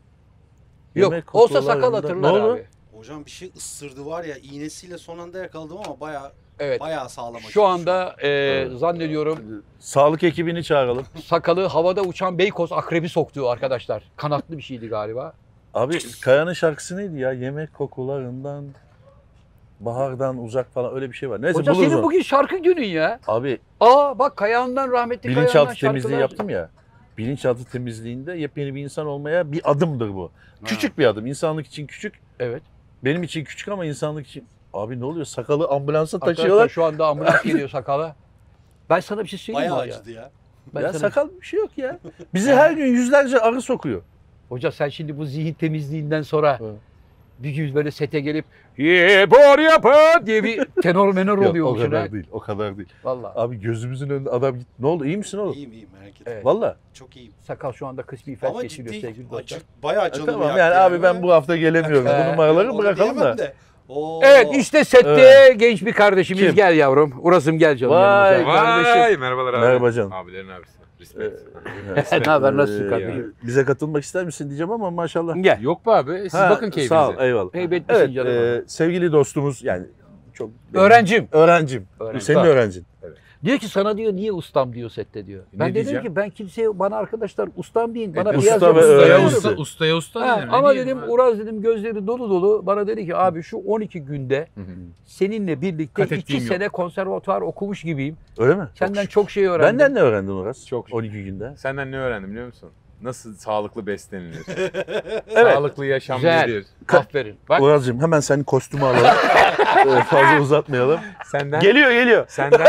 Speaker 1: Yok
Speaker 2: Yemek
Speaker 1: olsa sakal
Speaker 2: kokularından-
Speaker 1: hatırlar
Speaker 2: Ne oldu?
Speaker 1: abi.
Speaker 3: Hocam bir şey ısırdı var ya iğnesiyle son anda yakaladım ama baya
Speaker 1: Evet.
Speaker 3: baya sağlam. acıdı
Speaker 1: Şu anda e,
Speaker 2: Evet.
Speaker 1: zannediyorum
Speaker 2: Sağlık ekibini çağıralım.
Speaker 1: sakalı havada uçan Beykoz akrebi soktu arkadaşlar. Kanatlı bir şeydi galiba.
Speaker 2: Abi Kaya'nın şarkısı neydi ya? Yemek kokularından, bahardan uzak falan öyle bir şey var. Neyse
Speaker 1: Hocam
Speaker 2: buluruz
Speaker 1: senin
Speaker 2: onu.
Speaker 1: bugün şarkı günün ya.
Speaker 2: Abi
Speaker 1: Aa bak Kayahan'dan rahmetli Kayahan'dan
Speaker 2: bilinçaltı temizliği
Speaker 1: şarkılar-
Speaker 2: yaptım ya. Bilinçaltı temizliğinde yepyeni bir insan olmaya bir adımdır bu. Küçük bir adım. İnsanlık için küçük.
Speaker 1: Evet.
Speaker 2: Benim için küçük ama insanlık için... Abi ne oluyor? Sakalı ambulansa
Speaker 1: Arkadaşlar
Speaker 2: taşıyorlar.
Speaker 1: şu anda
Speaker 2: [LAUGHS]
Speaker 1: ambulans geliyor sakala. Ben sana bir şey söyleyeyim
Speaker 3: Bayağı
Speaker 1: mi ya?
Speaker 3: acıdı ya.
Speaker 1: Ben
Speaker 2: ya
Speaker 1: sana-
Speaker 2: sakal bir şey yok [LAUGHS] ya. Bizi her gün yüzlerce arı sokuyor.
Speaker 1: Hoca sen şimdi bu zihin temizliğinden sonra
Speaker 2: Evet.
Speaker 1: bir gün böyle sete gelip ye bor yapı diye bir tenor menor
Speaker 2: [LAUGHS] Yok,
Speaker 1: oluyor
Speaker 2: o
Speaker 1: hoşuna.
Speaker 2: kadar değil. O kadar değil.
Speaker 1: Valla.
Speaker 2: Abi gözümüzün önünde adam gitti. Ne oldu? İyi misin oğlum?
Speaker 3: İyiyim iyiyim merak etme.
Speaker 1: Evet.
Speaker 2: Valla.
Speaker 3: Çok iyiyim.
Speaker 1: Sakal şu anda kısmi felç
Speaker 3: Ama
Speaker 1: geçiriyor
Speaker 3: ciddi
Speaker 1: sevgili
Speaker 3: acı,
Speaker 1: dostlar. E,
Speaker 3: bayağı canımı
Speaker 2: Tamam yani,
Speaker 3: yaktı.
Speaker 2: abi ben bu hafta gelemiyorum.
Speaker 1: Ee,
Speaker 2: Bu numaraları
Speaker 3: Onu
Speaker 2: bırakalım
Speaker 3: diyemem
Speaker 2: da.
Speaker 3: de. Oo.
Speaker 1: Evet işte sette
Speaker 2: Evet.
Speaker 1: genç bir kardeşimiz
Speaker 2: Kim?
Speaker 1: gel yavrum. Urasım gel canım.
Speaker 2: Vay.
Speaker 1: yanımıza.
Speaker 2: kardeşim.
Speaker 5: merhabalar abi.
Speaker 2: Merhaba canım.
Speaker 5: Abilerin abisi. Respect.
Speaker 1: [LAUGHS]
Speaker 2: Ee,
Speaker 1: Ne haber, nasılsın
Speaker 2: Ee,
Speaker 1: kardeşim?
Speaker 2: Bize katılmak ister misin diyeceğim ama maşallah.
Speaker 1: Gel.
Speaker 5: Yok be abi. Siz
Speaker 2: Ha,
Speaker 5: bakın keyfinize.
Speaker 2: Sağ ol eyvallah.
Speaker 1: Heybetlisin
Speaker 2: Evet
Speaker 1: canım.
Speaker 2: e, sevgili dostumuz yani çok benim-
Speaker 1: Öğrencim.
Speaker 2: Öğrencim.
Speaker 1: Öğrenci.
Speaker 2: Senin
Speaker 1: Tamam.
Speaker 2: öğrencin.
Speaker 1: Diyor ki sana diyor niye ustam diyor sette diyor. Ben dedim
Speaker 5: diyeceğim?
Speaker 1: ki ben kimseye bana arkadaşlar ustam deyin. Bana
Speaker 2: E, usta
Speaker 1: biraz
Speaker 2: ve
Speaker 1: usta
Speaker 2: öğrenci.
Speaker 1: diyorum.
Speaker 5: Ustaya
Speaker 2: öğrenci.
Speaker 5: usta, ustaya usta
Speaker 1: Ha,
Speaker 5: denir, ne
Speaker 1: ama
Speaker 5: diyeyim
Speaker 1: dedim
Speaker 5: abi?
Speaker 1: Uraz dedim gözleri dolu dolu bana dedi ki abi şu 12 günde seninle birlikte
Speaker 5: Kat
Speaker 1: 2
Speaker 5: ettiğim yok.
Speaker 1: sene konservatuvar okumuş gibiyim.
Speaker 2: Öyle mi?
Speaker 1: Senden
Speaker 2: Çok-
Speaker 1: çok şey öğrendim.
Speaker 2: Benden ne öğrendin Uras?
Speaker 6: Çok şey.
Speaker 2: 12 günde.
Speaker 6: Senden ne öğrendim biliyor musun? Nasıl sağlıklı beslenilir?
Speaker 2: Evet.
Speaker 6: Sağlıklı yaşam
Speaker 1: Güzel.
Speaker 6: nedir?
Speaker 1: Aferin. Ah, Bak
Speaker 2: Uraz'cığım hemen senin kostümü alalım. Ee, fazla uzatmayalım.
Speaker 6: Senden
Speaker 2: Geliyor geliyor.
Speaker 6: senden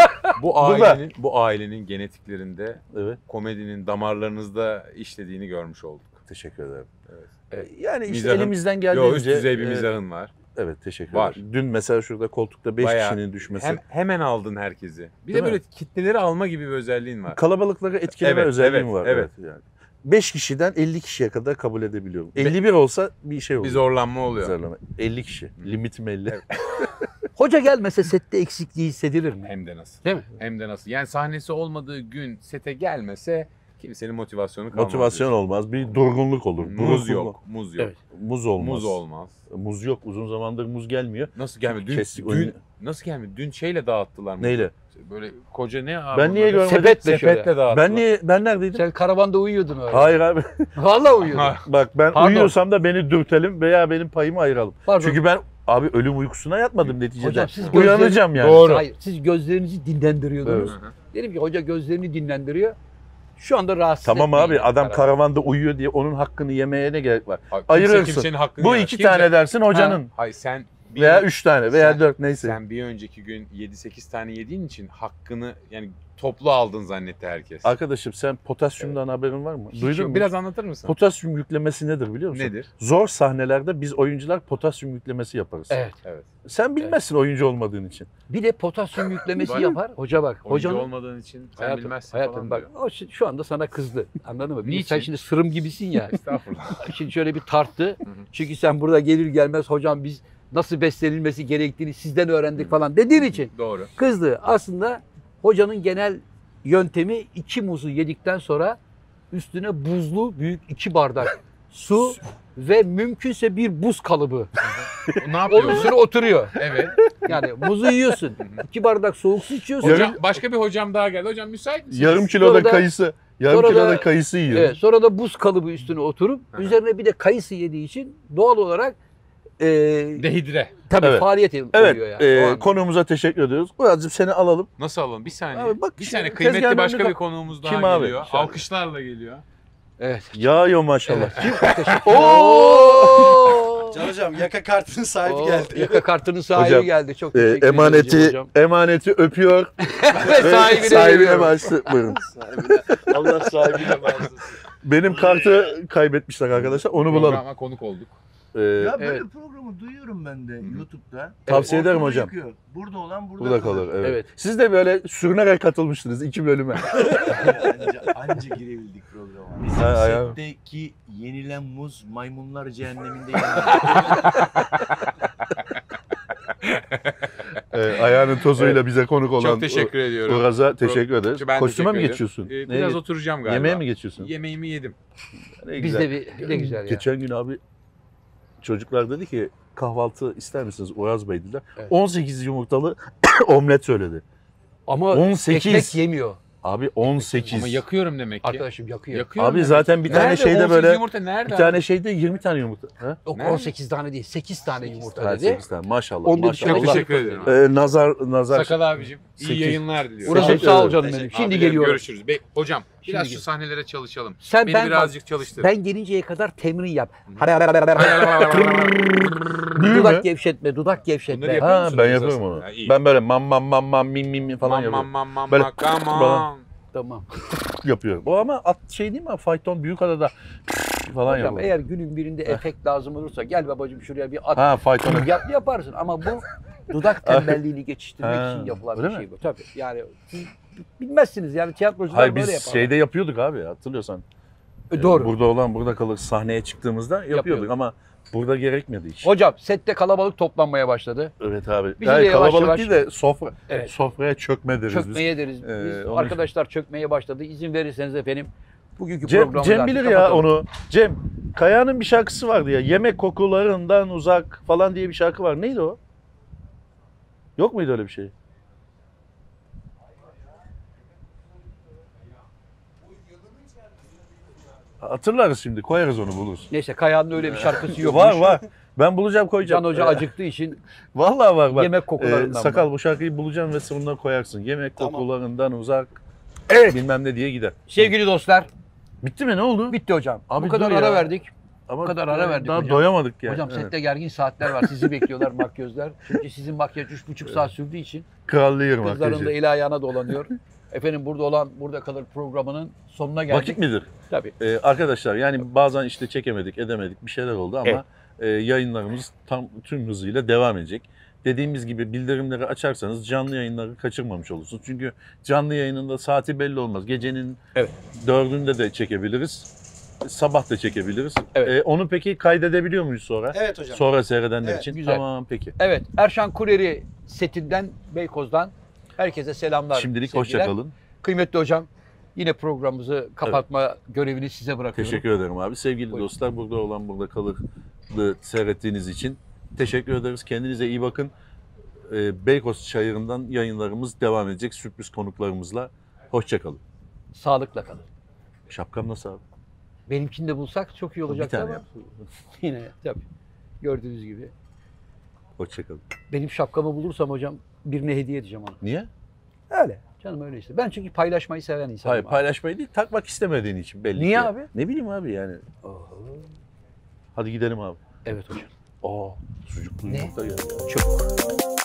Speaker 6: bu
Speaker 2: Burada.
Speaker 6: ailenin bu ailenin genetiklerinde
Speaker 2: Evet.
Speaker 6: komedinin damarlarınızda işlediğini görmüş olduk.
Speaker 2: Teşekkür ederim.
Speaker 6: Evet.
Speaker 2: Ee, Yani işte
Speaker 6: Mizahın-
Speaker 2: elimizden geldiğince...
Speaker 6: Yo üst düzey bir
Speaker 2: e,
Speaker 6: mizahın var.
Speaker 2: Evet teşekkür
Speaker 6: Var.
Speaker 2: ederim. Dün mesela şurada koltukta 5
Speaker 6: Bayağı.
Speaker 2: kişinin düşmesi.
Speaker 6: Hem, hemen aldın herkesi. Bir
Speaker 2: Değil
Speaker 6: de
Speaker 2: mi?
Speaker 6: böyle kitleleri alma gibi bir özelliğin var.
Speaker 2: Kalabalıkları etkileme
Speaker 6: Evet,
Speaker 2: özelliğim
Speaker 6: evet,
Speaker 2: var.
Speaker 6: evet.
Speaker 2: yani. 5 kişiden 50 kişiye kadar kabul edebiliyorum. 51 olsa bir şey olur.
Speaker 6: Bir zorlanma oluyor.
Speaker 2: Zorlama. 50 kişi. Limitim 50.
Speaker 6: Evet.
Speaker 1: Hoca gelmese sette eksikliği hissedilir mi?
Speaker 6: Hem de nasıl.
Speaker 1: Değil mi?
Speaker 6: Hem de nasıl. Yani sahnesi olmadığı gün sete gelmese kimsenin motivasyonu kalmaz.
Speaker 2: Motivasyon olmaz. Bir durgunluk olur.
Speaker 6: Muz
Speaker 2: Durgunluk.
Speaker 6: yok. Muz yok.
Speaker 1: Evet.
Speaker 2: Muz olmaz.
Speaker 6: Muz olmaz.
Speaker 2: Muz yok. Uzun zamandır muz gelmiyor.
Speaker 6: Nasıl gelmedi? Dün,
Speaker 2: Kestik oyunu.
Speaker 6: dün nasıl gelmedi? Dün şeyle dağıttılar mı?
Speaker 2: Neyle?
Speaker 6: Böyle koca ne abi?
Speaker 2: Ben niye görmedim?
Speaker 1: Sepetle şöyle.
Speaker 6: Sepetle dağıttılar.
Speaker 2: Ben niye ben neredeydim?
Speaker 6: Şey-
Speaker 1: Sen karavanda uyuyordun öyle.
Speaker 2: Hayır abi. [LAUGHS]
Speaker 1: Vallahi uyuyordun.
Speaker 6: Ha.
Speaker 2: Bak ben
Speaker 1: Pardon.
Speaker 2: uyuyorsam da beni dürtelim veya benim payımı ayıralım.
Speaker 1: Pardon.
Speaker 2: Çünkü ben abi ölüm uykusuna yatmadım neticede. Ee,
Speaker 1: Hocam siz gözleri-
Speaker 2: Uyanacağım yani.
Speaker 1: Hayır, siz gözlerinizi dinlendiriyordunuz.
Speaker 6: Hı hı.
Speaker 1: Dedim ki hoca gözlerini dinlendiriyor. Şu anda rahatsız
Speaker 2: Tamam
Speaker 1: etmeyin
Speaker 2: abi adam
Speaker 1: karavanda.
Speaker 2: karavanda uyuyor diye onun hakkını yemeye ne gerek var?
Speaker 6: Abi,
Speaker 2: Ayırırsın.
Speaker 6: Kimse kimsenin hakkını
Speaker 2: Bu
Speaker 6: yemez.
Speaker 2: iki
Speaker 6: Kimse-
Speaker 2: tane dersin hocanın
Speaker 6: Hayır sen bir-
Speaker 2: veya üç tane veya
Speaker 6: Sen-
Speaker 2: dört neyse.
Speaker 6: Sen bir önceki gün 7-8 tane yediğin için hakkını yani toplu aldın zannetti herkes.
Speaker 2: Arkadaşım sen potasyumdan haberin var mı?
Speaker 6: Hiç
Speaker 2: Duydun
Speaker 6: yok.
Speaker 2: mu?
Speaker 6: Biraz anlatır mısın?
Speaker 2: Potasyum yüklemesi nedir biliyor musun?
Speaker 6: Nedir?
Speaker 2: Zor sahnelerde biz oyuncular potasyum yüklemesi yaparız.
Speaker 1: Evet.
Speaker 6: Evet.
Speaker 2: Sen bilmezsin oyuncu olmadığın için.
Speaker 1: Bir de potasyum yüklemesi
Speaker 6: Bak.
Speaker 1: yapar. Hoca bak.
Speaker 6: Oyuncu
Speaker 1: Hocanın
Speaker 6: olmadığın için sen
Speaker 1: hayatım,
Speaker 6: bilmezsin
Speaker 1: hayatım
Speaker 6: falan
Speaker 1: bak.
Speaker 6: diyor. [LAUGHS]
Speaker 1: O şu, şu anda sana kızdı. Anladın mı? Bir
Speaker 6: Niçin?
Speaker 1: Sen şimdi sırım gibisin
Speaker 6: [LAUGHS]
Speaker 1: ya.
Speaker 6: Estağfurullah.
Speaker 1: Şimdi şöyle bir tarttı.
Speaker 6: hı.
Speaker 1: Çünkü sen burada gelir gelmez hocam biz nasıl beslenilmesi gerektiğini sizden öğrendik falan dediğin için
Speaker 6: Doğru.
Speaker 1: kızdı. Aslında hocanın genel yöntemi iki muzu yedikten sonra üstüne buzlu büyük iki bardak su ve mümkünse bir buz kalıbı. Onun
Speaker 6: Ne yapıyorsun?
Speaker 1: üstüne oturuyor.
Speaker 2: [LAUGHS]
Speaker 6: evet.
Speaker 1: Yani muzu yiyorsun. iki bardak soğuk su içiyorsun.
Speaker 6: Hocam, başka bir hocam daha geldi. Hocam müsait misiniz?
Speaker 2: Yarım kilo da
Speaker 1: Sonra da-
Speaker 2: kayısı, yarım
Speaker 1: sonra
Speaker 2: kilo da
Speaker 1: da-
Speaker 2: kayısı yiyor.
Speaker 1: Evet, sonra da buz kalıbı üstüne oturup
Speaker 6: Hı hı.
Speaker 1: üzerine bir de kayısı yediği için doğal olarak e,
Speaker 6: Dehidre.
Speaker 1: tabii
Speaker 2: Evet.
Speaker 1: faaliyet oluyor
Speaker 2: Evet,
Speaker 1: yani.
Speaker 2: e,
Speaker 1: o anda.
Speaker 2: konuğumuza teşekkür ediyoruz. Murat'cığım seni alalım.
Speaker 6: Nasıl alalım? Bir saniye.
Speaker 2: Abi bak
Speaker 6: bir
Speaker 2: şimdi
Speaker 6: saniye.
Speaker 2: tezgahın
Speaker 6: Kıymetli başka
Speaker 2: önünde-
Speaker 6: bir konuğumuz daha
Speaker 2: Kim abi?
Speaker 6: geliyor.
Speaker 2: Şöyle.
Speaker 6: Alkışlarla geliyor.
Speaker 1: Evet.
Speaker 2: Yağıyor maşallah. [LAUGHS]
Speaker 1: Oo!
Speaker 3: Can hocam yaka kartının sahibi
Speaker 1: Oo, [LAUGHS]
Speaker 3: geldi.
Speaker 1: Yaka kartının sahibi
Speaker 2: Hocam,
Speaker 1: geldi. Çok
Speaker 2: E,
Speaker 1: teşekkür ederim
Speaker 2: emaneti
Speaker 1: hocam.
Speaker 2: emaneti öpüyor.
Speaker 1: Ve [LAUGHS] sahibine veriyorum.
Speaker 2: başlı- Buyurun.
Speaker 6: Allah sahibiyle bağlısın.
Speaker 2: Benim kartı kaybetmişler arkadaşlar. Onu bulalım.
Speaker 6: Programa konuk olduk.
Speaker 2: E,
Speaker 7: Ya böyle
Speaker 1: Evet.
Speaker 7: programı duyuyorum ben de
Speaker 6: hı.
Speaker 7: YouTube'da.
Speaker 2: tavsiye
Speaker 7: Ortada
Speaker 2: ederim hocam.
Speaker 7: yıkıyor. Burada olan burada,
Speaker 2: Burada kalır. Evet.
Speaker 1: Evet.
Speaker 2: Siz de böyle sürünerek katılmıştınız iki bölüme.
Speaker 7: anca, anca girebildik programa. Bizim
Speaker 2: Ay, ay, ay.
Speaker 7: setteki yenilen muz maymunlar cehenneminde yenilen.
Speaker 2: E, ayağının tozuyla bize konuk olan
Speaker 6: Çok teşekkür ediyorum.
Speaker 2: Uraz'a teşekkür ederiz.
Speaker 6: Ben
Speaker 2: Kostüme mi
Speaker 6: teşekkür
Speaker 2: geçiyorsun?
Speaker 6: ederim. Ee,
Speaker 2: Neye
Speaker 6: biraz
Speaker 2: geç-
Speaker 6: oturacağım galiba.
Speaker 2: Yemeğe mi geçiyorsun?
Speaker 6: Yemeğimi yedim.
Speaker 2: Ne
Speaker 1: Biz
Speaker 2: güzel.
Speaker 1: de bir ne güzel ya.
Speaker 2: Geçen gün abi çocuklar dedi ki kahvaltı ister misiniz Uraz Bey dediler.
Speaker 1: Evet.
Speaker 2: 18 yumurtalı [COUGHS] omlet söyledi.
Speaker 1: Ama
Speaker 2: 18.
Speaker 1: ekmek yemiyor.
Speaker 2: Abi 18.
Speaker 6: Ama yakıyorum demek ki.
Speaker 1: Arkadaşım yakıyor.
Speaker 6: Yakıyorum
Speaker 2: Abi
Speaker 6: demek.
Speaker 2: zaten bir
Speaker 6: Nerede?
Speaker 2: tane şeyde
Speaker 6: 18
Speaker 2: böyle
Speaker 6: yumurta nerede?
Speaker 2: bir tane şeyde 20 tane yumurta. Ha?
Speaker 1: Yok
Speaker 6: Nerede?
Speaker 1: 18 tane değil 8 tane yumurta
Speaker 2: Ha,
Speaker 1: dedi.
Speaker 2: 8 tane maşallah.
Speaker 1: Onda bir şey
Speaker 2: maşallah.
Speaker 6: Çok
Speaker 1: Allah-
Speaker 6: teşekkür ederim.
Speaker 2: Ee, nazar nazar.
Speaker 6: Sakal abicim iyi
Speaker 2: Sekiz.
Speaker 6: yayınlar diliyorum.
Speaker 1: Burası
Speaker 2: Teşekkür
Speaker 1: sağ ol
Speaker 2: ederim.
Speaker 1: canım benim.
Speaker 3: Teşekkür-
Speaker 1: Şimdi
Speaker 6: Abilerim,
Speaker 1: geliyorum.
Speaker 6: Görüşürüz. Be- hocam biraz
Speaker 1: Şimdi-
Speaker 6: şu sahnelere çalışalım.
Speaker 1: Sen
Speaker 6: Beni
Speaker 1: ben
Speaker 6: birazcık çalıştır.
Speaker 1: ben gelinceye kadar temrini yap.
Speaker 2: Büyü mü?
Speaker 1: dudak gevşetme, dudak
Speaker 6: Bunları
Speaker 1: gevşetme.
Speaker 6: yap-
Speaker 2: Ha
Speaker 6: musunuz
Speaker 2: ben
Speaker 6: esasında?
Speaker 2: yapıyorum onu.
Speaker 6: Ha, iyi.
Speaker 2: Ben böyle mam mam mam mam mim mim mim falan
Speaker 6: Mam
Speaker 2: yapıyorum.
Speaker 6: mam mam
Speaker 2: [LAUGHS]
Speaker 6: mam
Speaker 2: Böyle
Speaker 6: mam, come on.
Speaker 2: falan.
Speaker 1: Tamam.
Speaker 2: yapıyorum. O ama at şey değil mi? Fayton Büyükada'da falan
Speaker 1: Hocam e,
Speaker 2: yapıyorum.
Speaker 1: eğer günün birinde efekt lazım olursa gel babacığım şuraya bir at.
Speaker 2: Ha faytonu.
Speaker 1: Yap yaparsın ama bu
Speaker 2: [LAUGHS]
Speaker 1: dudak tembelliğini geçiştirmek
Speaker 2: Ha,
Speaker 1: için yapılan
Speaker 2: öyle
Speaker 1: bir
Speaker 2: mi?
Speaker 1: şey bu. Tabii yani siz bilmezsiniz yani tiyatrocular
Speaker 2: Hayır
Speaker 1: böyle
Speaker 2: biz
Speaker 1: yapar.
Speaker 2: şeyde yapıyorduk abi hatırlıyorsan.
Speaker 1: E, doğru.
Speaker 2: Ee, Burada olan burada kalır sahneye çıktığımızda yapıyorduk,
Speaker 1: Yapıyorduk.
Speaker 2: ama burada gerekmedi hiç.
Speaker 1: Hocam sette kalabalık toplanmaya başladı.
Speaker 2: Evet abi.
Speaker 1: Bizi
Speaker 2: yani
Speaker 1: de yavaş
Speaker 2: kalabalık
Speaker 1: yavaş-
Speaker 2: değil de sofra
Speaker 1: Evet.
Speaker 2: sofraya çökme deriz biz.
Speaker 1: Çökmeye deriz.
Speaker 2: Ee,
Speaker 1: Biz,
Speaker 2: onun-
Speaker 1: arkadaşlar çökmeye başladı. İzin verirseniz efendim bugünkü
Speaker 2: Cem,
Speaker 1: programı
Speaker 2: Cem
Speaker 1: da
Speaker 2: bilir ya
Speaker 1: kapatalım.
Speaker 2: onu. Cem Kaya'nın bir şarkısı vardı ya. Yemek kokularından uzak falan diye bir şarkı var. Neydi o? Yok muydu öyle bir şey? Hatırlarız şimdi koyarız onu buluruz.
Speaker 1: Neyse Kaya'nın öyle bir şarkısı yok.
Speaker 2: Var var. Ben bulacağım koyacağım.
Speaker 1: Can Hoca
Speaker 2: Ee,
Speaker 1: acıktığı için
Speaker 2: Vallahi var bak.
Speaker 1: yemek kokularından.
Speaker 2: Ee, sakal bu şarkıyı bulacaksın ve sonuna koyarsın. Yemek
Speaker 3: Tamam.
Speaker 2: kokularından uzak
Speaker 1: Evet
Speaker 2: bilmem ne diye gider.
Speaker 1: sevgili dostlar
Speaker 2: Bitti mi ne oldu?
Speaker 1: bitti hocam.
Speaker 2: Abi
Speaker 1: Bu kadar
Speaker 2: dur
Speaker 1: ara
Speaker 2: ya.
Speaker 1: verdik.
Speaker 2: Ama
Speaker 1: kadar ara verdik
Speaker 2: Daha
Speaker 1: hocam.
Speaker 2: doyamadık yani.
Speaker 1: Hocam
Speaker 2: Evet.
Speaker 1: sette gergin saatler var. Sizi bekliyorlar makyözler. Çünkü sizin makyaj üç buçuk saat sürdüğü için
Speaker 2: Krallı yırmak.
Speaker 1: kızların da
Speaker 2: Gece.
Speaker 1: eli ayağına dolanıyor. Efendim burada olan burada kalır programının sonuna geldik.
Speaker 2: Vakit midir?
Speaker 1: Tabii.
Speaker 2: Ee, arkadaşlar yani bazen işte çekemedik, edemedik bir şeyler oldu ama
Speaker 1: Evet.
Speaker 2: e, yayınlarımız tam tüm hızıyla devam edecek. Dediğimiz gibi bildirimleri açarsanız canlı yayınları kaçırmamış olursunuz. Çünkü canlı yayınında saati belli olmaz. Gecenin
Speaker 1: Evet.
Speaker 2: dördünde de çekebiliriz. Sabah da çekebiliriz.
Speaker 1: Evet.
Speaker 2: Ee, onu peki kaydedebiliyor muyuz sonra?
Speaker 3: Evet hocam.
Speaker 2: Sonra seyredenler
Speaker 3: Evet,
Speaker 2: için.
Speaker 1: güzel.
Speaker 2: Tamam peki.
Speaker 1: Evet Erşan Kureri setinden Beykoz'dan herkese selamlar.
Speaker 2: Şimdilik
Speaker 1: sevgiler.
Speaker 2: hoşça kalın.
Speaker 1: Kıymetli hocam yine programımızı kapatma görevini size bırakıyorum.
Speaker 2: Teşekkür ederim abi. Sevgili
Speaker 1: Buyurun.
Speaker 2: dostlar burada olan burada kalırlı seyrettiğiniz için teşekkür ederiz. Kendinize iyi bakın. Ee, Beykoz Çayırı'ndan yayınlarımız devam edecek sürpriz konuklarımızla. Hoşçakalın.
Speaker 1: Sağlıkla kalın.
Speaker 2: Şapkam nasıl abi?
Speaker 1: Benimkini de bulsak çok iyi
Speaker 2: Bir
Speaker 1: olacak
Speaker 2: tane
Speaker 1: ama
Speaker 2: yap.
Speaker 1: [LAUGHS] yine tabii gördüğünüz gibi.
Speaker 2: Hoşçakalın.
Speaker 1: Benim şapkamı bulursam hocam birine hediye edeceğim ona.
Speaker 2: Niye?
Speaker 1: Öyle. Canım öyle işte. Ben çünkü paylaşmayı seven insanım.
Speaker 2: Hayır
Speaker 1: abi.
Speaker 2: paylaşmayı değil takmak istemediğin için belli
Speaker 1: Niye
Speaker 2: ki.
Speaker 1: abi?
Speaker 2: Ne bileyim abi yani.
Speaker 1: Oho.
Speaker 2: Hadi gidelim abi.
Speaker 1: Oh. Evet hocam.
Speaker 2: Aa sucuklu yumurta geldi.
Speaker 1: Çabuk.